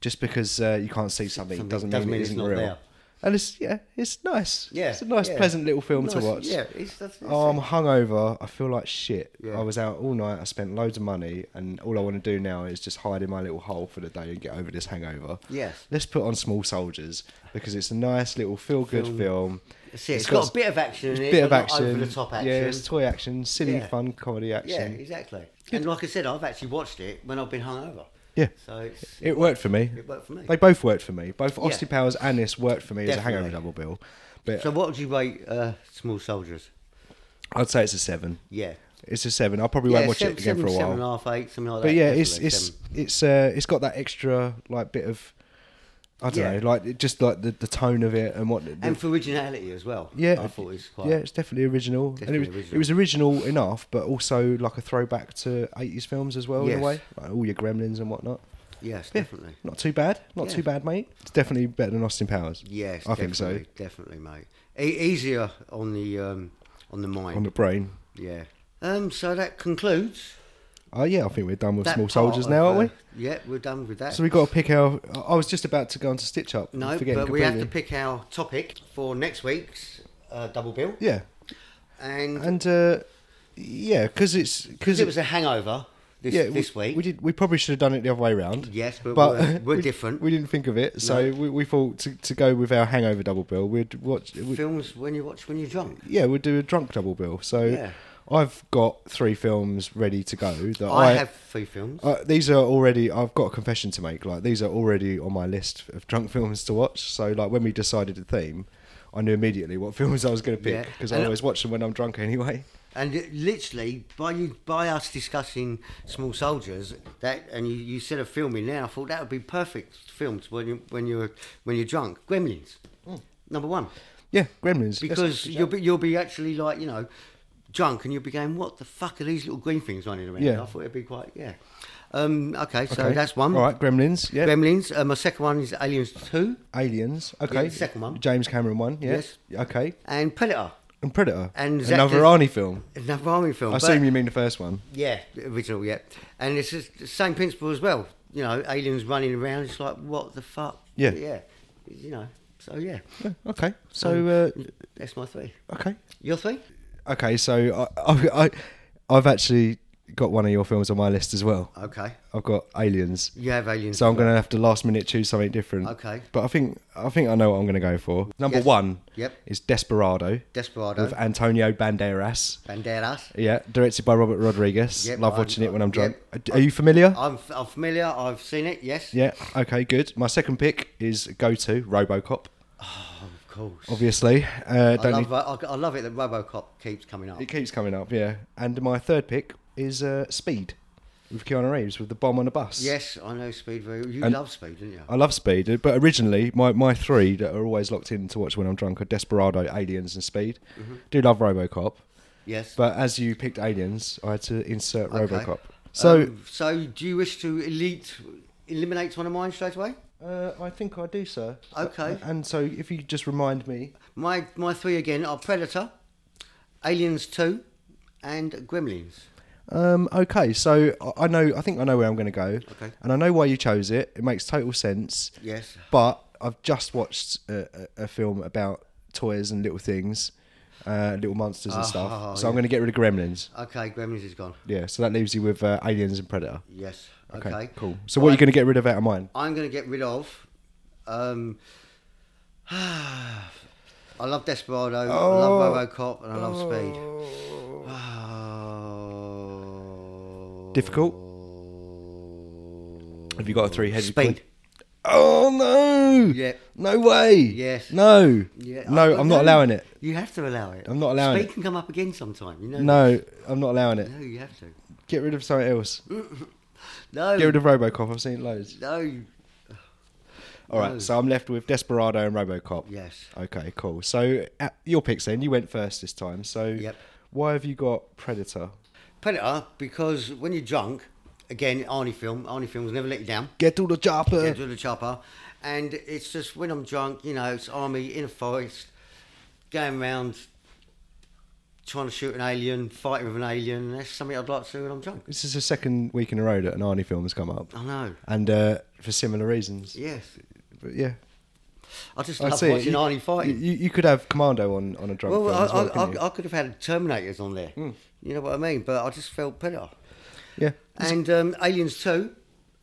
"Just because uh, you can't see something, doesn't,
Something
mean, it isn't
not
real."
there.
And it's yeah, it's nice.
Yeah.
it's a nice,
yeah.
pleasant little film to
Nice,
watch.
Yeah. It's, that's, that's
Oh, I'm
it.
hungover. I feel like shit.
Yeah.
I was out all night. I spent loads of money, and all I want to do now is just hide in my little hole for the day and get over this hangover.
Yes.
Let's put on Small Soldiers because it's a nice little feel-good film.
Film. That's it. it's got, a bit of action in it.
bit
but
of
not
action.
Over the top action.
Yeah, it's toy action, silly,
Yeah.
fun comedy
Yeah,
action.
exactly. And like I said, I've actually watched it when I've been hungover.
Yeah.
So it's,
It worked for me.
it worked for me.
They both worked for me. Both Austin Powers and this worked for me as a hangover double
Definitely.
bill. But
so what would you rate uh, Small Soldiers?
I'd say it's a seven.
Yeah.
It's a seven. I probably
yeah,
won't watch
seven,
it again
seven,
for a while.
Seven and a half, eight, something like that.
but yeah, it's
definitely,
it's
seven.
it's uh, it's got that extra like bit of I don't
Yeah.
know, like it- just like the, the tone of it and what. the-
and for originality as well.
yeah,
I thought it was quite.
yeah, it's definitely original. and it
Definitely
was,
original.
It was original enough, but also like a throwback to eighties films as well in
Yes.
a way, like all your Gremlins and whatnot.
Yes, definitely.
Not too bad, not
Yeah.
too bad, mate. It's definitely better than Austin Powers.
Yes,
I think
definitely,
so.
Definitely, mate. E- easier on the um, on the mind.
On the brain.
yeah. Um. So that concludes.
Oh yeah, I think we're done with
That
Small
part
Soldiers
of,
now, aren't
uh,
we?
Yeah, we're done with that.
So we got to pick our. I I was just about to go on to Stitch Up.
no, but
forgetting
we have to
completely.
pick our topic for next week's uh, double bill.
Yeah,
And
and uh, yeah, because it's because
Because it was a hangover this,
yeah,
this
we,
week.
We did. We probably should have done it the other way around.
Yes, but we're- we're
we-
different.
We didn't think of it, so
No.
we, we thought to, to go with our hangover double bill. We'd watch. we-
Films when you watch when you're drunk.
yeah, we'd do a drunk double bill. So
Yeah.
I've got three films ready to go. That
I,
I,
have three films.
Uh, these are already. I've got a confession to make. Like these are already on my list of drunk films to watch. So like when we decided the theme, I knew immediately what films I was going to pick
Yeah.
because I
And- uh,
always watch them when I'm drunk anyway.
and it- literally, by you, by us discussing Small Soldiers, that and you, you said a film in there, I thought that would be perfect films when you when you're when you're drunk. Gremlins, number one,
Yeah, Gremlins. That's-
because you'll be you'll be actually like you know drunk and you'll be going, what the fuck are these little green things running around?
Yeah.
I thought it'd be quite yeah. Um, okay, so
Okay.
that's one.
All right, Gremlins. Yeah,
Gremlins. Uh, my second one is Aliens Two.
Aliens. Okay,
Yeah, the second one.
James Cameron one. Yeah.
Yes.
Okay,
and Predator,
and Predator.
And Zac
another
Def-
Arnie film.
another army film.
I
but-
assume you mean the first one.
Yeah, the original, yeah. And it's just the same principle as well. You know, aliens running around. It's like, what the fuck?
Yeah.
Yeah. You know, so yeah.
Yeah, okay, so
Mm. That's my three.
uh, okay,
Your three?
okay, so I, I, I, I've actually got one of your films on my list as well.
Okay.
I've got Aliens.
You have aliens.
So I'm going to have to last minute choose something different.
Okay.
But I think I think I know what I'm going to go for. Number
Yes.
one.
Yep.
Is Desperado
Desperado.
with Antonio Banderas.
Banderas.
Yeah, directed by Robert Rodriguez.
Yep,
Love
I'm-
watching it when I'm drunk.
yep.
Are you familiar?
I'm, f- I'm familiar. I've seen it. Yes.
yeah. Okay. Good. My second pick is go to RoboCop.
Of course.
Obviously, uh,
I
don't
love,
need,
I, I love it that Robocop keeps coming up.
it keeps coming up. Yeah. And my third pick is uh, Speed with Keanu Reeves with the bomb on a bus.
Yes, I know Speed very You
And-
love Speed, didn't you?
I love Speed, uh, but originally my, my three that are always locked in to watch when I'm drunk are Desperado, Aliens, and Speed.
Mm-hmm.
Do love RoboCop,
yes.
but as you picked Aliens, I had to insert
Okay.
RoboCop. So
Um, so do you wish to elite eliminate one of mine straight away?
uh, I think I do, sir.
Okay.
And so if you just remind me,
My my three again are Predator, Aliens Two, and Gremlins.
um, okay. So I- I know, I think I know where I'm going to go,
Okay.
and I know why you chose it. It makes total sense.
Yes.
But I've just watched a, a, a film about toys and little things, uh, little monsters and
Oh,
stuff. So I'm
yeah.
going to get rid of Gremlins.
Okay, Gremlins is gone.
Yeah, so that leaves you with uh, Aliens and Predator.
Yes.
Okay,
Okay.
cool. So what are you
Right,
going to get rid of out of mine?
I'm going to get rid of. Um,
Oh.
I love Desperado. I love RoboCop, and I love Speed.
Difficult. Have you got a three-headed?
Speed.
quiz? Oh no!
Yeah.
No way.
Yes.
No.
Yeah,
No,
I-
I'm not allowing it.
You have to allow it.
I'm not allowing
Speed
it.
can come up again sometime. You know.
No, I'm not allowing it.
No, you have to.
Get rid of something else.
No.
Get rid of RoboCop. I've seen loads.
no. you-
All right,
No.
so I'm left with Desperado and RoboCop.
Yes.
Okay, cool. So uh, your picks then. You went first this time. So
Yep.
why have you got Predator?
Predator, because when you're drunk, again, Arnie film, Arnie films never let you down.
Get all the chopper.
Get to the chopper, and it's just when I'm drunk, you know, it's army in a forest, going around trying to shoot an alien, fighting with an alien. and That's something I'd like to do when I'm drunk.
This is the second week in a row that an Arnie film has come up,
I know.
and uh, for similar reasons.
Yes,
But yeah,
I just
I
love
see. it.
watching
You-
Arnie fighting.
You, you could have Commando on on a drunk
well,
film
I,
as well,
I,
couldn't you? Hmm.
I, I could have had Terminators on there. You know what I mean? But I just felt Predator.
yeah.
and um, Aliens Two,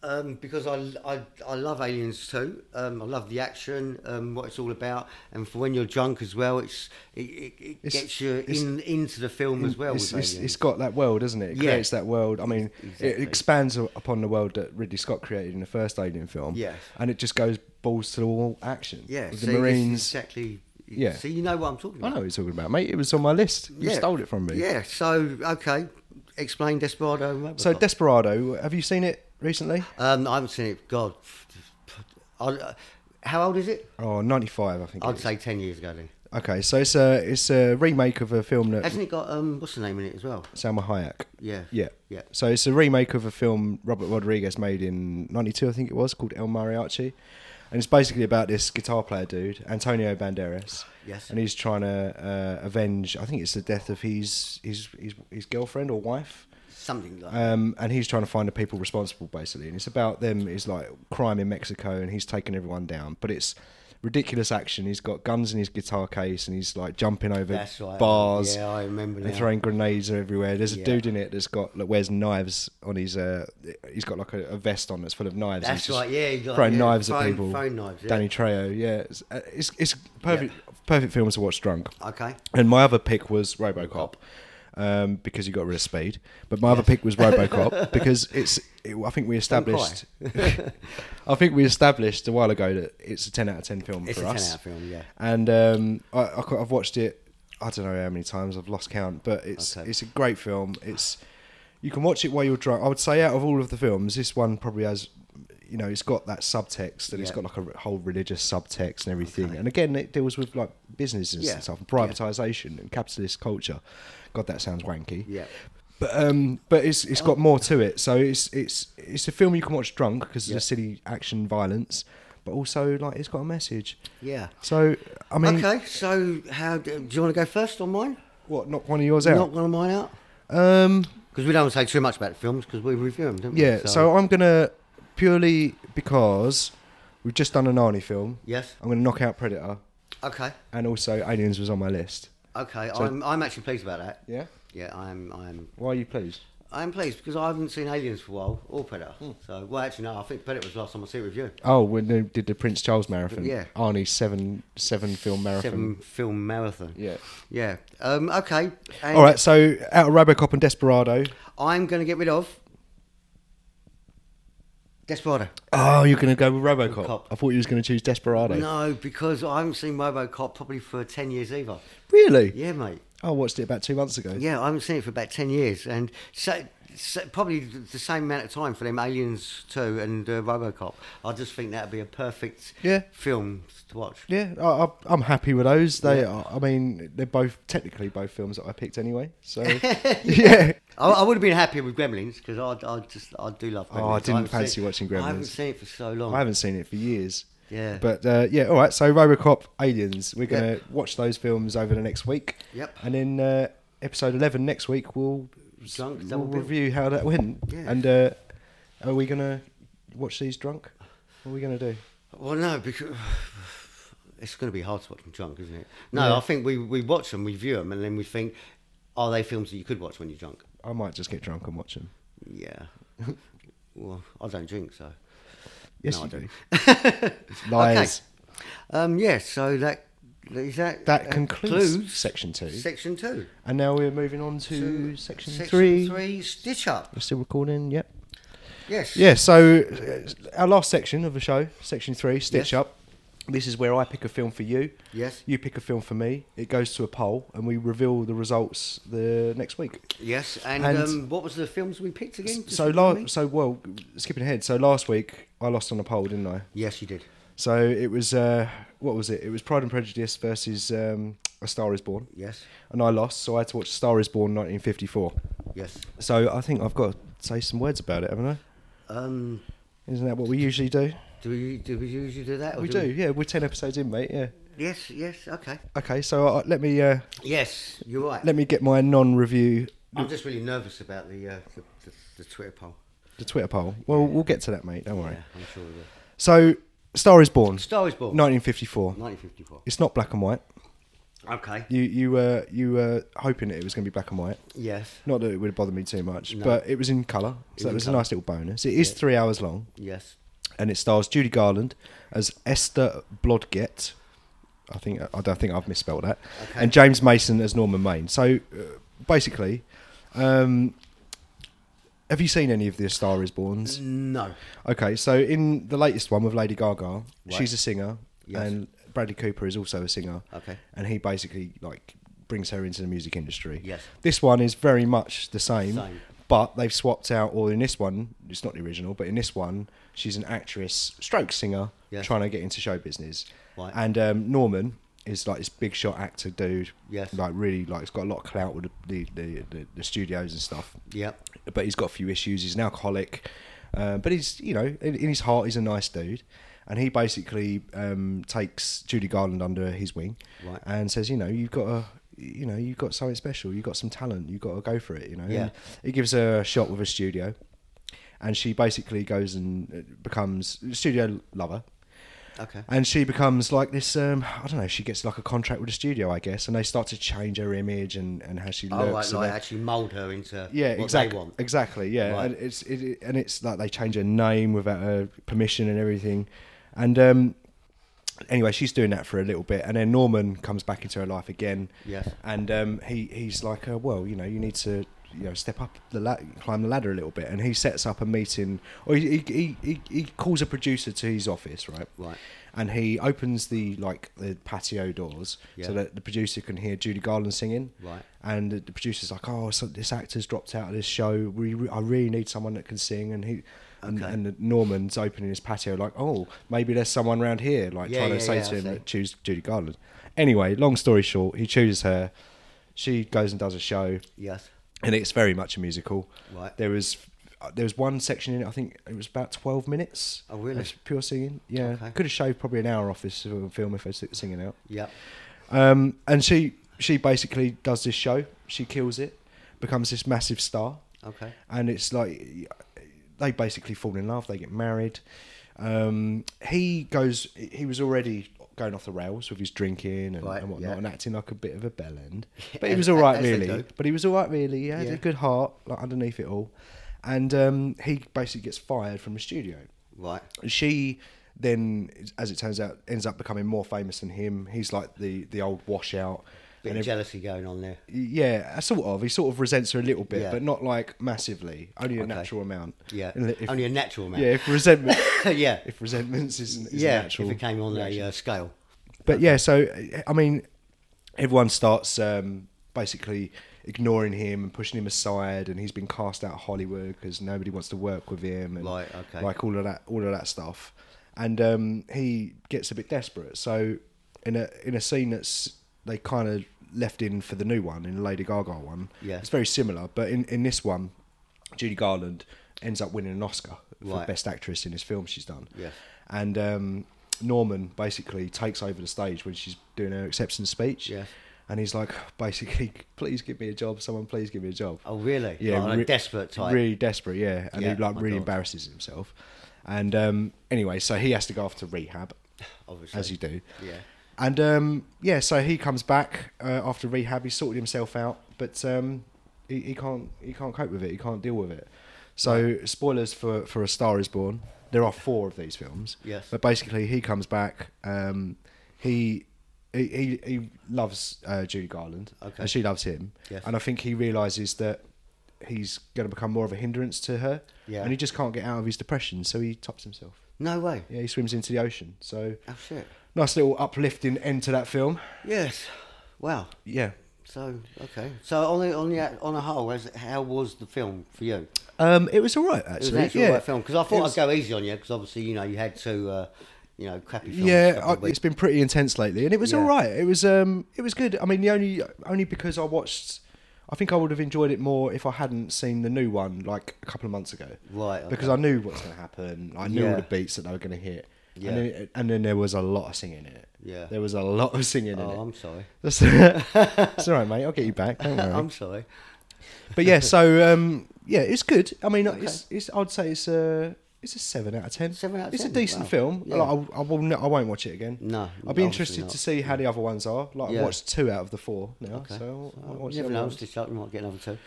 um, because I, I I love Aliens Two. Um, I love the action, um, what it's all about, and for when you're drunk as well, it's it, it, it
It's-
gets you
it's-
in into the film as well.
It's,
with
it's,
Aliens.
it's got that world, doesn't it? It
Yeah.
creates that world. I mean, it
Exactly.
expands u- upon the world that Ridley Scott created in the first Alien film.
Yes.
And it just goes balls to the wall action.
yeah,
With
see,
the
this is
Marines.
exactly.
Yeah.
So you know what I'm talking
I
about.
know what you're talking about, mate. It was on my list. You
Yeah.
stole it from me.
Yeah. So okay, explain Desperado. and Robocop.
So Desperado, have you seen it recently?
um, I haven't seen it. God, I, how old is it?
Oh, 95, I think. it
I'd
is.
say ten years ago. Then
Okay, so it's a it's a remake of a film that
hasn't it got um what's the name in it as well?
Salma Hayek.
Yeah.
Yeah.
Yeah.
So it's a remake of a film Robert Rodriguez made in 92, I think it was, called El Mariachi. And it's basically about this guitar player dude, Antonio Banderas.
Yes.
And he's trying to uh, avenge, I think it's the death of his, his, his, his girlfriend or wife.
Something like.
Um, and he's trying to find the people responsible, basically. And it's about them, it's like crime in Mexico, and he's taking everyone down. But it's ridiculous action. He's got guns in his guitar case, and he's like jumping over
That's right.
bars.
Yeah, I remember
They're
now.
throwing grenades everywhere. There's a
Yeah.
dude in it that's got like, wears knives on his. Uh, he's got like a, a vest on that's full of knives. and
That's
he's just
right, yeah, he got-
throwing
yeah,
knives at
throwing-
people.
throwing knives, yeah.
Danny Trejo. Yeah, it's uh, it's, it's perfect. Perfect film to watch drunk.
Okay.
And my other pick was RoboCop, um, because you got rid of speed. But my other pick was RoboCop because it's. It, I think we established. I think we established a while ago that it's a ten out of ten film
It's
for
a
us.
10 out of film, yeah.
And um, I, I, ca- I've watched it. I don't know how many times I've lost count, but it's
Okay.
it's a great film. It's you can watch it while you're drunk. I would say out of all of the films, this one probably has. You know, it's got that subtext, and it's
Yeah.
got like a re- whole religious subtext and everything. And again, it deals with like business and
Yeah.
stuff, and privatization and capitalist culture. God, that sounds wanky.
Yeah.
But um, but it's it's got more to it. So it's it's it's a film you can watch drunk because of
Yeah.
the silly action, violence, but also like it's got a message.
Yeah.
So I mean,
okay, so how do, do you want to go first on mine?
what? Knock one of yours out.
Knock one of mine out?
um,
Because we don't say too much about the films because we review them, don't we?
yeah. So. I'm gonna purely because we've just done an Arnie film.
Yes.
I'm gonna knock out Predator,
Okay.
and also Aliens was on my list.
Okay. I'm, I'm actually pleased about that.
Yeah.
Yeah, I'm. I'm.
Why are you pleased?
I'm pleased because I haven't seen Aliens for a while or Predator.
Hmm.
So, well, actually, no. I think Predator was the last time I see it with you.
Oh, when they did the Prince Charles marathon.
Yeah.
Arnie's seven seven film marathon.
Seven film marathon.
Yeah.
Yeah. Um, okay. And
All right. So out of RoboCop and Desperado.
I'm going to get rid of Desperado.
Oh, you're gonna go with RoboCop.
Cop.
I thought you was gonna choose Desperado.
No, because I haven't seen RoboCop probably for ten years either.
Really?
Yeah, mate.
I watched it about two months ago.
Yeah, I haven't seen it for about ten years, and so, so probably th- the same amount of time for them Aliens Two and uh, RoboCop. I just think that'd be a perfect
Yeah.
film to watch.
Yeah, I, I, I'm happy with those. They,
Yeah.
are, I mean, they're both technically both films that I picked anyway. So yeah,
I, I would have been happier with Gremlins because I, I just I do love. Gremlins.
Oh, I didn't
haven't
fancy
seen-
watching
I haven't
Gremlins.
seen it for so long.
I haven't seen it for years.
Yeah.
But uh, yeah, all right. So RoboCop, Aliens. We're
Yeah.
gonna watch those films over the next week.
Yep.
And then uh, episode 11 next week, we'll
Drunk
we'll
double bill.
review how that went.
Yeah.
And uh, are we gonna watch these drunk? What are we gonna do?
Well, no, because it's going to be hard to watch them drunk, isn't it? No,
Yeah.
I think we, we watch them, we view them, and then we think, are they films that you could watch when you're drunk?
I might just get drunk and watch them.
Yeah. well, I don't drink, so.
Yes,
No,
you
I
do. Lies.
Okay. Um, yeah, so that Is that
That
uh,
concludes section two.
section two?
and now we're moving on to
To
section,
section
three.
three, stitch up.
We're still recording. Yep.
Yes.
Yeah. So uh, our last section of the show, section three, stitch
Yes.
up. This is where I pick a film for you.
Yes.
You pick a film for me. It goes to a poll, and we reveal the results the next week.
Yes. And,
And-
um, what was the films we picked again? Just
So
remind
la-
me.
So well, skipping ahead. So last week I lost on a poll, didn't I?
Yes, you did.
So it was uh, what was it? It was Pride and Prejudice versus um, A Star Is Born,
Yes.
and I lost. So I had to watch Star Is Born 1954.
Yes.
So I think I've got to say some words about it, haven't I?
Um,
Isn't that what we usually do?
do we do we usually do that? or
We do, yeah. We're ten episodes in, mate. Yeah.
Yes. Yes. Okay.
Okay, so uh, let me uh,
Yes, you're right.
let me get my non-review
I'm just really nervous about the uh, the, the, the Twitter poll.
the Twitter poll. Well, we'll get to that, mate. Don't worry.
Yeah, I'm sure we will.
So, Star is Born,
Star is Born.
1954.
1954.
It's not black and white.
Okay.
You you were you were hoping it was going to be black and white.
Yes.
Not that it would bother me too much,
No.
but it was in colour, so that
in
was
colour.
a nice little bonus. It is three hours long,
Yes.
and it stars Judy Garland as Esther Blodgett. I think I don't think I've misspelled that,
Okay.
and James Mason as Norman Maine. So uh, basically, um, have you seen any of the A Star Is Borns?
No.
Okay, so in the latest one with Lady Gaga, she's a singer,
Yes.
and Bradley Cooper is also a singer.
Okay.
and he basically like brings her into the music industry.
Yes.
this one is very much the same,
Same.
but they've swapped out. Or in this one, it's not the original, but in this one, she's an actress, stroke singer,
Yes.
trying to get into show business.
Right.
And um, Norman is like this big shot actor dude.
Yes.
like really like he's got a lot of clout with the the, the, the studios and stuff
Yep.
but he's got a few issues. He's an alcoholic, uh, but he's you know in, in his heart he's a nice dude, and he basically um, takes Judy Garland under his wing
Right.
and says, you know, you've got a you know you've got something special, you've got some talent, you've got to go for it. You know,
Yeah.
And he gives her a shot with a studio, and she basically goes and uh, becomes studio lover.
Okay.
And she becomes like this. Um, I don't know. She gets like a contract with the studio, I guess, and they start to change her image and, and how she looks.
Oh, right,
and
like
they-
actually mould her into
yeah,
what
exactly.
they want.
Exactly. Yeah,
Right.
and it's it, it- and it's like they change her name without her permission and everything, and um, anyway, she's doing that for a little bit, and then Norman comes back into her life again.
Yes.
and um, he he's like, uh, well, you know, you need to you know step up the la- climb the ladder a little bit, and he sets up a meeting, or he he, he, he calls a producer to his office, right?
Right.
And he opens the like the patio doors so
Yeah.
that the producer can hear Judy Garland singing.
Right.
And the producer's like, "Oh, so this actor's dropped out of this show. We, re- I really need someone that can sing." And he, and,
Okay.
and Norman's opening his patio, like, "Oh, maybe there's someone around here." Like
Yeah,
trying
yeah,
to say
yeah,
to
I
him,
see.
that "Choose Judy Garland." Anyway, long story short, he chooses her. She goes and does a show,
Yes.
and it's very much a musical.
Right.
There was uh, there was one section in it. I think it was about twelve minutes.
Oh, really?
of pure singing. Yeah,
Okay.
could have shaved probably an hour off this film if they took the singing out.
Yep.
Um, and she she basically does this show. She kills it, becomes this massive star,
Okay.
and it's like they basically fall in love. They get married. Um, he goes. He was already going off the rails with his drinking and,
Right,
and whatnot,
yeah.
and acting like a bit of a bell end. But he
As-
was all right,
as they
really.
do.
But he was all right, really. He had
Yeah.
a good heart, like underneath it all. And um, he basically gets fired from the studio
Right.
she then, as it turns out, ends up becoming more famous than him. He's like the the old washout.
Bit
and
of
ev-
jealousy going on there.
yeah, sort of. He sort of resents her a little bit,
Yeah.
but not like massively. Only a
Okay.
natural amount.
Yeah.
And if-
Only a natural amount.
Yeah, if resentment.
yeah.
if resentments isn't, is
yeah.
natural.
if it came on
reaction.
a uh, scale.
But yeah, so uh, I mean, everyone starts um, basically ignoring him and pushing him aside, and he's been cast out of Hollywood because nobody wants to work with him, and
Right, okay.
like all of that, all of that stuff. And um, he gets a bit desperate. So in a in a scene that's they kind of left in for the new one, in the Lady Gaga one,
Yeah.
it's very similar. But in in this one, Judy Garland ends up winning an Oscar for
Right.
best actress in this film she's done.
Yes.
And um, Norman basically takes over the stage when she's doing her acceptance speech.
Yes.
And he's like, basically, please give me a job. Someone, please give me a job.
Oh, really?
Yeah.
Like a
re-
desperate type.
Really desperate, yeah. And
Yeah,
he like
my
really
God.
embarrasses himself. And um, anyway, so he has to go off to rehab,
Obviously.
as you do.
Yeah.
And um, yeah, so he comes back uh, after rehab. He's sorted himself out, but um, he, he can't he can't cope with it. He can't deal with it. So spoilers for for A Star Is Born. There are four of these films.
Yes.
But basically, he comes back. Um, he he, he, he loves uh, Judy Garland,
Okay.
and she loves him,
Yes.
and I think he realizes that he's going to become more of a hindrance to her,
Yeah.
and he just can't get out of his depression, so he tops himself.
No way.
Yeah, he swims into the ocean. So
Oh shit.
nice little uplifting end to that film.
Yes. Wow.
Yeah.
So okay. So on the on the on a whole, as, how was the film for you?
Um, it was all right
It was
actually.
an actual
yeah.
right film because I
It
thought
was-
I'd go easy on you because obviously you know you had two uh, you know crappy films.
Yeah,
couple
I,
of
it's
weeks.
been pretty intense lately, and it was
Yeah.
all right. It was um, it was good. I mean, the only only because I watched, I think I would have enjoyed it more if I hadn't seen the new one like a couple of months ago.
Right, okay.
Because I knew what's going to happen. I knew
Yeah.
all the beats that they were going to hit.
Yeah.
And then, and then there was a lot of singing in it.
Yeah.
There was a lot of singing in
Oh,
it.
I'm sorry.
That's, it's all right, mate. I'll get you back. Don't worry.
I'm sorry.
but yeah, so um, yeah, it's good. I mean, it's, it's I'd say it's a it's a seven out of ten.
Seven out of
it's
ten,
a decent
wow.
film.
Yeah.
Like, I, I will. not I won't watch it again.
No,
I'd be
obviously
interested
not.
to see how the other ones are. Like
Yeah.
I watched two out of the four now,
Okay.
so I won't
you
watch the
never
other
know.
ones.
Just like, you might get another two.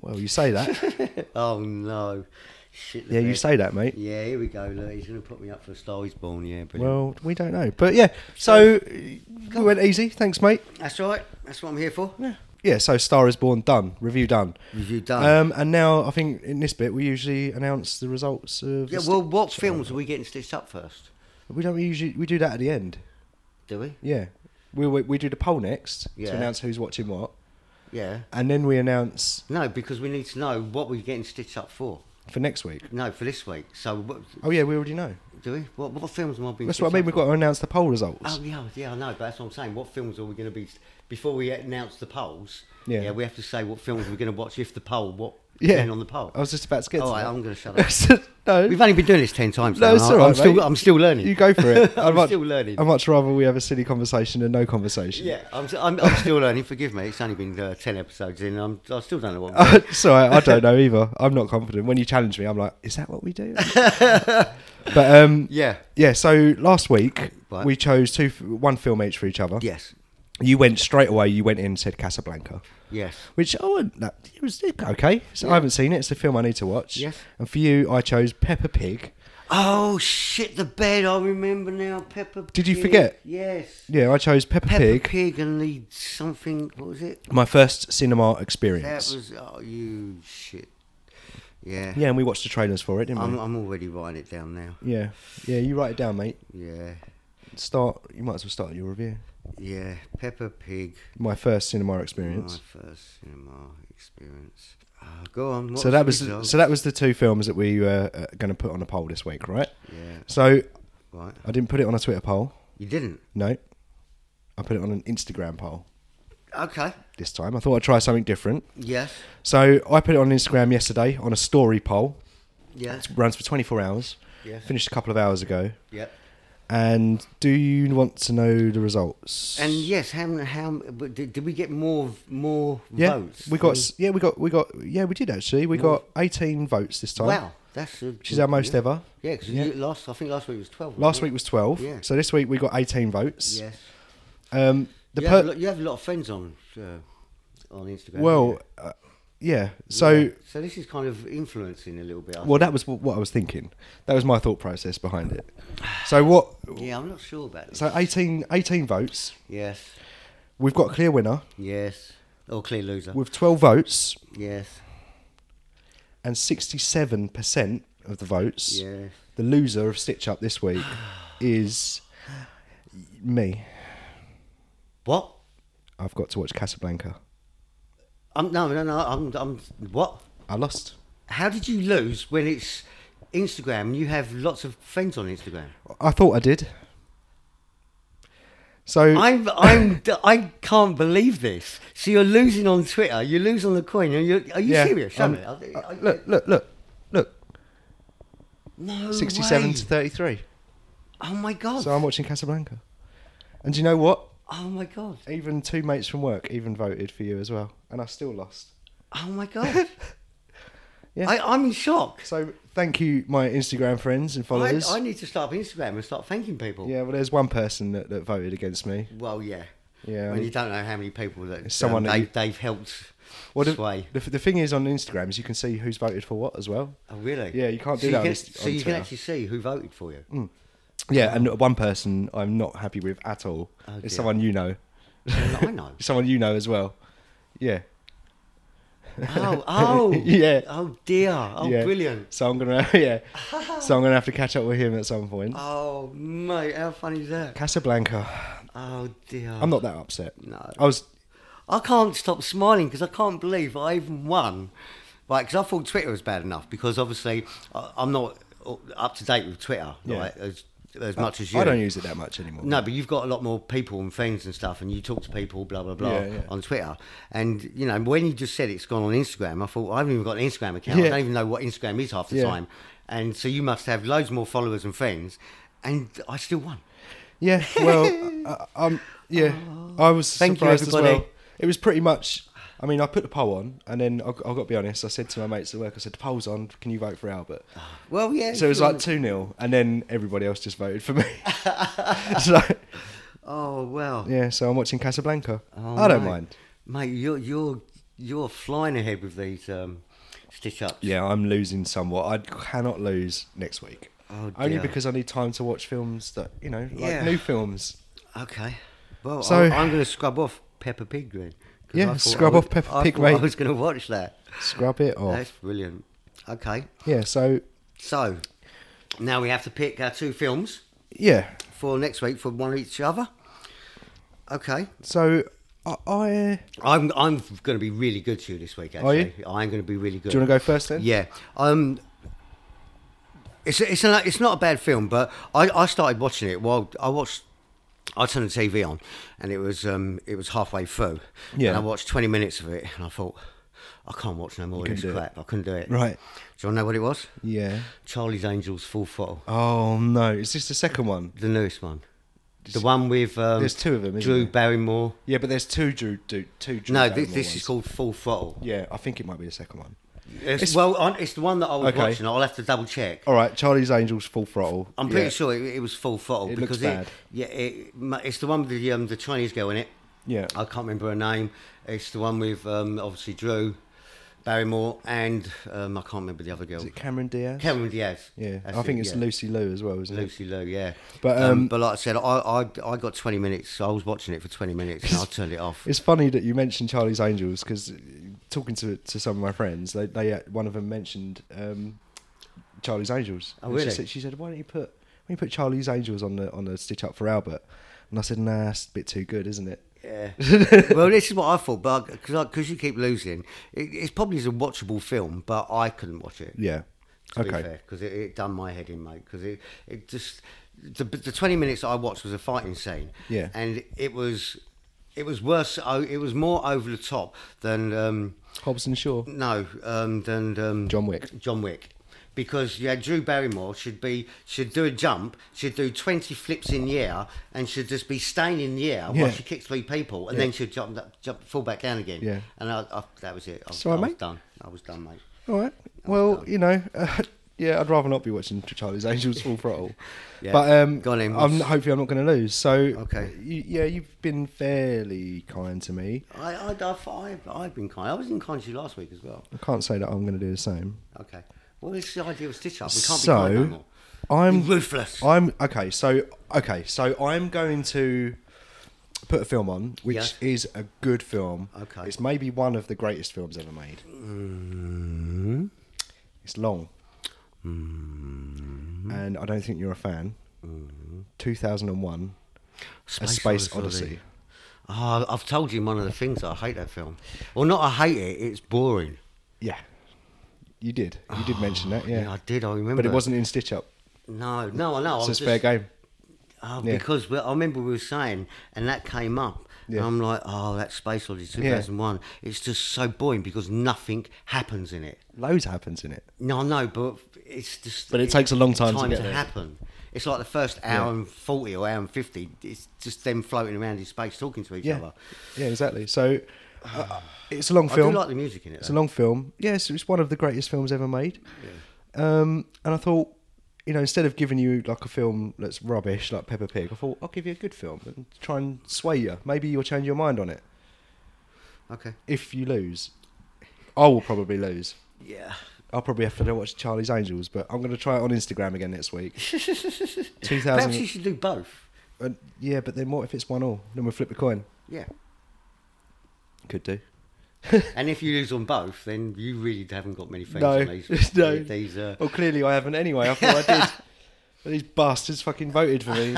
Well, you say that.
Oh no. Shit. the
yeah, you
bed.
say that, mate.
Yeah, here we go. Look, he's going to put me up for a Star Is Born. Yeah, brilliant.
Well, we don't know, but yeah. So we went easy. Thanks, mate.
that's all right. That's what I'm here for.
Yeah. Yeah. So Star is Born done. Review done.
Review done.
Um, and now I think in this bit we usually announce the results of. the
yeah.
sti-
Well, what films are we getting stitched up first?
we don't usually we do that at the end.
Do we?
Yeah. We, we, we do the poll next
Yeah.
to announce who's watching what.
Yeah.
And then we announce
No, because we need to know what we're getting stitched up for.
for next week.
No, for this week. So, what,
Oh, yeah, we already know.
do we? What, what films am I being?
That's what I
stitched
mean.
up
We've
for?
got to announce the poll results.
Oh yeah, yeah, I know, but that's what I'm saying. What films are we going to be before we announce the polls?
Yeah.
we have to say what films we're going to watch if the poll. What?
yeah.
then on the poll.
I was just about to get
All
to
right,
that.
oh, I'm gonna shut up.
no.
We've only been doing this ten times.
no,
now,
it's
and
all
I-
right.
I'm still,
mate.
I'm still learning.
You go for it.
I'm
I'd much-
still learning.
I'd much rather we have a silly conversation than no conversation.
yeah, I'm, s- I'm, I'm still learning. Forgive me. It's only been uh, ten episodes in. I'm, I still don't know what. I'm doing.
it's all right. I don't know either. I'm not confident. When you challenge me, I'm like, is that what we do? but um,
yeah.
yeah. So last week
Right.
we chose two, f- one film each for each other.
Yes.
You went straight away. You went in and said Casablanca.
Yes.
Which I wouldn't. That, it was okay. So I haven't seen it. It's a film I need to watch.
Yes.
And for you, I chose Peppa Pig.
Oh shit! The bed. I remember now. Pepper.
Did you forget?
Yes.
Yeah, I chose Peppa,
Pepper
Pig.
Pig. and the something. What was it?
My first cinema
That
experience.
was. Oh, you shit. Yeah.
yeah, and we watched the trailers for it, didn't
I'm,
we?
I'm already writing it down now.
yeah, yeah. You write it down, mate.
Yeah.
Start. You might as well start your review.
Yeah. Pepper Pig.
My first cinema experience.
My first cinema experience. Ah, go on.
so that was
so
so that was the two films that we were uh, going to put on a poll this week, right?
Yeah.
So
Right.
I didn't put it on a Twitter poll.
You didn't.
No, I put it on an Instagram poll
Okay.
this time. I thought I'd try something different.
Yes.
So I put it on Instagram yesterday on a story poll.
Yes.
It runs for 24 hours.
Yes.
Finished a couple of hours ago.
Yep.
And do you want to know the results?
And yes, how m- how m- but did, did we get more v- more
yeah,
votes? Mm.
we got
than-
s- yeah we got we got yeah we did actually. We got 18 votes this time.
wow. That's a,
Which is our most
yeah.
ever.
Yeah, because
Yeah.
last I think last week was twelve. wasn't
Last
it?
week was 12.
Yeah.
So this week we got 18 votes.
Yes.
Um, the
You,
per-
have a lot, you have a lot of friends on uh, on Instagram.
well,
don't
uh, yeah.
you?
So
Yeah. so this is kind of influencing a little bit. I
well,
think.
that was wh- what I was thinking. That was my thought process behind it. So what?
yeah, I'm not sure about this.
So 18 18 votes.
yes.
We've got a clear winner
Yes. Or clear loser.
with 12 votes
yes.
and 67% of the votes.
Yes.
The loser of Stitch Up this week is me.
What?
I've got to watch Casablanca.
I'm, no, no, no. I'm, I'm. What?
I lost.
How did you lose when it's Instagram and you have lots of friends on Instagram?
I thought I did. So
I'm, I'm, I can't believe this. So you're losing on Twitter. You lose on the coin. Are you, are you
yeah,
serious? Show
um,
me. I- I-
uh, look, look, look, look.
no
67
way.
to 33.
Oh my god.
So I'm watching Casablanca. And do you know what?
oh my god.
Even two mates from work even voted for you as well, and I still lost.
Oh my god.
Yeah.
I, I'm in shock.
So thank you, my Instagram friends and
I,
followers.
I need to start up Instagram and start thanking people.
yeah, well, there's one person that, that voted against me.
Well, yeah.
Yeah,
When
um,
you don't know how many people that
It's someone
um,
that
they,
you-
they've helped
Well, the,
sway.
the, the thing is on Instagram is you can see who's voted for what as well.
Oh, really?
Yeah, you can't
So
do that on
Can,
Inst-
so
on
you can
Twitter. Mm.
actually see who voted for you.
Yeah, and one person I'm not happy with at all.
Oh, dear.
it's someone you know.
I know.
Someone you know as well. Yeah.
Oh, oh,
Yeah.
Oh dear. Oh,
yeah.
brilliant.
So I'm gonna yeah. so I'm gonna have to catch up with him at some point.
Oh, mate, how funny is that?
Casablanca.
Oh dear.
I'm not that upset.
No.
I was
I can't stop smiling because I can't believe I even won. Right, because I thought Twitter was bad enough because obviously I, I'm not up to date with Twitter
Yeah.
right, as, as much as you.
I don't use it that much anymore.
No, but you've got a lot more people and friends and stuff, and you talk to people, blah blah blah,
Yeah, yeah.
on Twitter. And you know, when you just said it's gone on Instagram, I thought I haven't even got an Instagram account. I
Yeah.
don't even know what Instagram is half the
Yeah.
time. And so you must have loads more followers and friends. And I still won.
Yeah, well, I, I- um, yeah, I was
Oh. Thank you,
surprised as well.
everybody.
It was pretty much. I mean, I put the poll on, and then I've, I've got to be honest. I said to my mates at work, I said, "The poll's on. Can you vote for Albert?"
Oh, Well, yeah.
So it was
sure.
like two 0 and then everybody else just voted for me. so
oh wow.
yeah, so I'm watching Casablanca.
Oh,
I don't
mate.
mind.
mate. You're you're you're flying ahead with these um, stitch ups.
Yeah, I'm losing somewhat. I cannot lose next week.
Oh,
Only
dear.
because I need time to watch films that you know, like
Yeah.
new films.
Okay. Well,
So-
I'm, I'm going to scrub off Peppa Pig then. 'cause
Yeah,
I thought
scrub
I
off
was-
Peppa
I
Pig,
thought I
mate.
was going to watch that.
Scrub it off.
That's brilliant. Okay.
Yeah. So
So now we have to pick our two films
yeah,
for next week for one each other. Okay.
so I. I
I'm I'm going to be really good to you this week.
Are you?
Actually, I'm going to be really good.
Do you want to go first then?
Yeah. Um. It's it's an, it's not a bad film, but I, I started watching it while I watched. I turned the TV on, and it was um it was halfway through.
Yeah.
And I watched twenty minutes of it, and I thought, I can't watch no more of
couldn't
this
do it.
crap. I couldn't do it.
Right.
Do you want to know what it was?
Yeah.
Charlie's Angels Full Throttle,
Oh no! Is this the second one?
the newest one, the one with um,
There's two of them, isn't
Drew
there?
Barrymore.
Yeah, but there's two Drew, Drew two Drew.
No,
Barrymore
this, this
ones.
is called Full Throttle.
Yeah, I think it might be the second one.
It's,
It's-
well, on, it's the one that I was
Okay.
watching. I'll have to double check.
All right, Charlie's Angels, Full Throttle.
I'm pretty
Yeah.
sure it, it was full throttle
It looks
because
bad.
it, yeah, it, ma- it's the one with the um, the Chinese girl in it.
Yeah.
I can't remember her name. It's the one with um, obviously Drew Barrymore and um, I can't remember the other girl.
Is it Cameron Diaz?
Cameron Diaz.
yeah,
That's
I think
it,
it's
yeah.
Lucy Liu as well, isn't it?
Lucy Liu, yeah.
But,
um,
um,
but like I said, I, I I got 20 minutes. I was watching it for 20 minutes and I turned it off.
It's funny that you mentioned Charlie's Angels because talking to to some of my friends, they, they uh, one of them mentioned um, Charlie's Angels.
Oh,
And
really?
She said, she said, "Why don't you put why don't you put Charlie's Angels on the on the stitch up for Albert?" And I said, "Nah, it's a bit too good, isn't it?"
Yeah. well, this is what I thought, but because because you keep losing, it, it's probably a watchable film, but I couldn't watch it.
Yeah.
to okay.
okay.
because it, it done my head in, mate. Because it, it just the, the twenty minutes I watched was a fighting scene.
Yeah.
and it was it was worse. oh, It was more over the top than um,
Hobson Shaw.
no um, than um,
John Wick.
John Wick. Because yeah, Drew Barrymore should be should do a jump, should do twenty flips in the air, and should just be staying in the air
Yeah.
while she kicks three people, and then she'd jump, up- jump, fall back down again.
Yeah.
and I, I, that was it. I was,
Sorry,
I was
mate.
done. I was done, mate.
All right. Well, you know, uh, yeah, I'd rather not be watching Charlie's Angels full throttle.
Yeah.
But um,
Go on then,
I'm,
what's-
hopefully, I'm not going to lose. So,
Okay.
you, yeah, you've been fairly kind to me.
I, I, I've, I've, I've been kind. I was in kind to you last week as well.
I can't say that I'm going to do the same.
Okay. Well, it's the idea of stitch up. We can't
so,
be kind no more.
I'm
Be ruthless.
I'm okay. So, okay, so I'm going to put a film on, which
Yes.
is a good film.
Okay.
it's maybe one of the greatest films ever made.
Mm-hmm.
It's long,
Mm-hmm.
and I don't think you're a fan. 2001, A Space Odyssey.
Oh, I've told you in one of the things that I hate that film. Well, not I hate it. It's boring.
Yeah, you did. You did mention that.
Yeah,
Yeah,
I did. I remember.
but it wasn't in Stitch Up.
No, no, I know. I
So
was
it's fair
just-
game.
Oh,
Yeah.
because we, I remember we were saying, and that came up.
Yeah.
And I'm like, oh, that Space Odyssey 2001. It's just so boring because nothing happens in it.
Loads happens in it.
No, no, but it's just.
But it takes a long time to
time
get
to
there.
happen. It's like the first hour and forty or hour and fifty. It's just them floating around in space talking to each
Yeah,
other.
yeah, exactly. So uh, it's a long
I
film.
do like the music in it.
It's a
though.
long film. Yes, it's one of the greatest films ever made. Um, and I thought, you know, instead of giving you like a film that's rubbish, like Peppa Pig, I thought I'll give you a good film and try and sway you. Maybe you'll change your mind on it.
okay.
If you lose, I will probably lose.
Yeah.
I'll probably have to watch Charlie's Angels, but I'm going to try it on Instagram again next week. Two
Perhaps you
thousand.
should do both.
Yeah, but then what if it's one all? Then we flip the coin.
Yeah.
Could do.
And if you lose on both, then you really haven't got many friends
No,
on these.
no.
These, uh,
Well, clearly I haven't anyway. I thought I did. But these bastards fucking voted for me.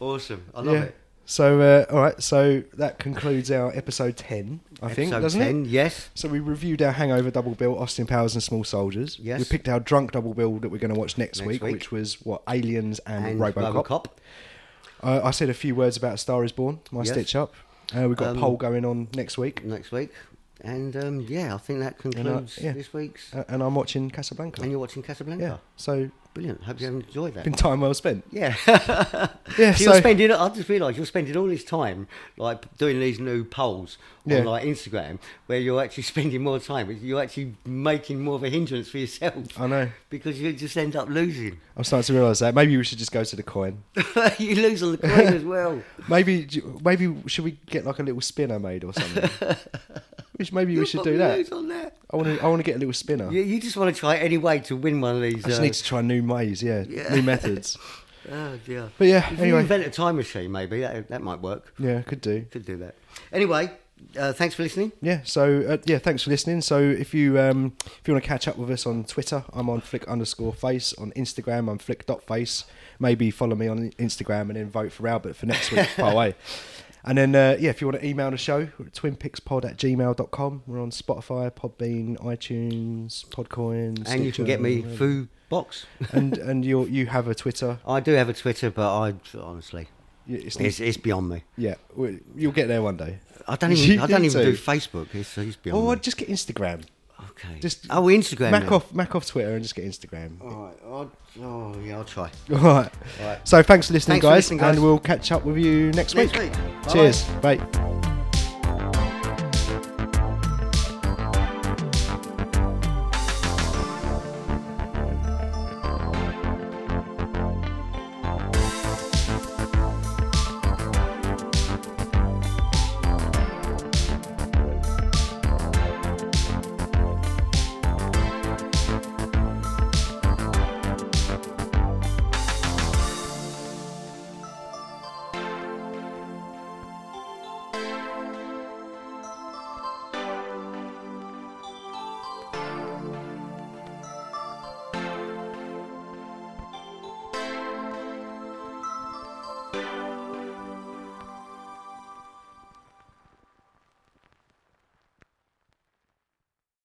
awesome. I love it.
So, uh, all right. So that concludes our episode ten. I think
Episode
doesn't it?
10, Yes.
So we reviewed our Hangover double bill, Austin Powers and Small Soldiers.
Yes.
We picked our drunk double bill that we're going to watch next,
Next
week,
week.
which was what Aliens and,
And
RoboCop.
Robocop.
Uh, I said a few words about Star Is Born, my
Yes.
stitch up. Uh, we've got
Um,
a poll going on next week,
next week. And um, yeah, I think that concludes
uh, yeah.
this week's.
uh, and I'm watching Casablanca.
and you're watching
yeah,
Casablanca.
so
Brilliant. Hope you enjoyed that.
been time well spent.
Yeah.
Yeah,
So you're
so-
spending. I just realised you're spending all this time like doing these new polls
Yeah.
on like Instagram, where you're actually spending more time. You're actually making more of a hindrance for yourself.
I know.
because you just end up losing.
I'm starting to realise that maybe we should just go to the coin.
you lose on the coin as well.
Maybe, maybe should we get like a little spinner made or something? Which maybe we should do that.
Lose on that.
I want to. I want to get a little spinner.
You, you just want to try any way to win one of these.
I just
uh,
need to try new ways. Yeah,
Yeah.
new methods.
Oh dear.
But yeah,
if you
anyway.
invent a time machine, maybe that, that might work.
Yeah, could do.
Could do that. Anyway, uh, thanks for listening.
Yeah. So uh, yeah, thanks for listening. So if you um, if you want to catch up with us on Twitter, I'm on flick underscore face. On Instagram, I'm flick dot face. Maybe follow me on Instagram and then vote for Albert for next week's part A. And then uh, yeah, if you want to email the show, we're at twinpixpod at gmail.com. We're on Spotify, Podbean, iTunes, Podcoin,
and you can
Stitcher,
get me
whatever.
food box.
and and you you have a Twitter.
I do have a Twitter, but I honestly,
Yeah, It's,
it's, it's beyond me.
yeah, we- you'll get there one day. Mm.
I don't
You
even. I don't
need
even
to.
do Facebook. It's, it's beyond
Or
me.
just get Instagram.
Okay.
Oh, just-
oh Instagram.
Mac
now.
off, Mac off Twitter, and just get Instagram.
All right. I'll, oh yeah, I'll try.
All right.
All right.
So thanks for listening,
Thanks for
guys,
listening, guys.
and we'll catch up with you next,
Next
week.
week. Bye-bye.
Cheers. Bye.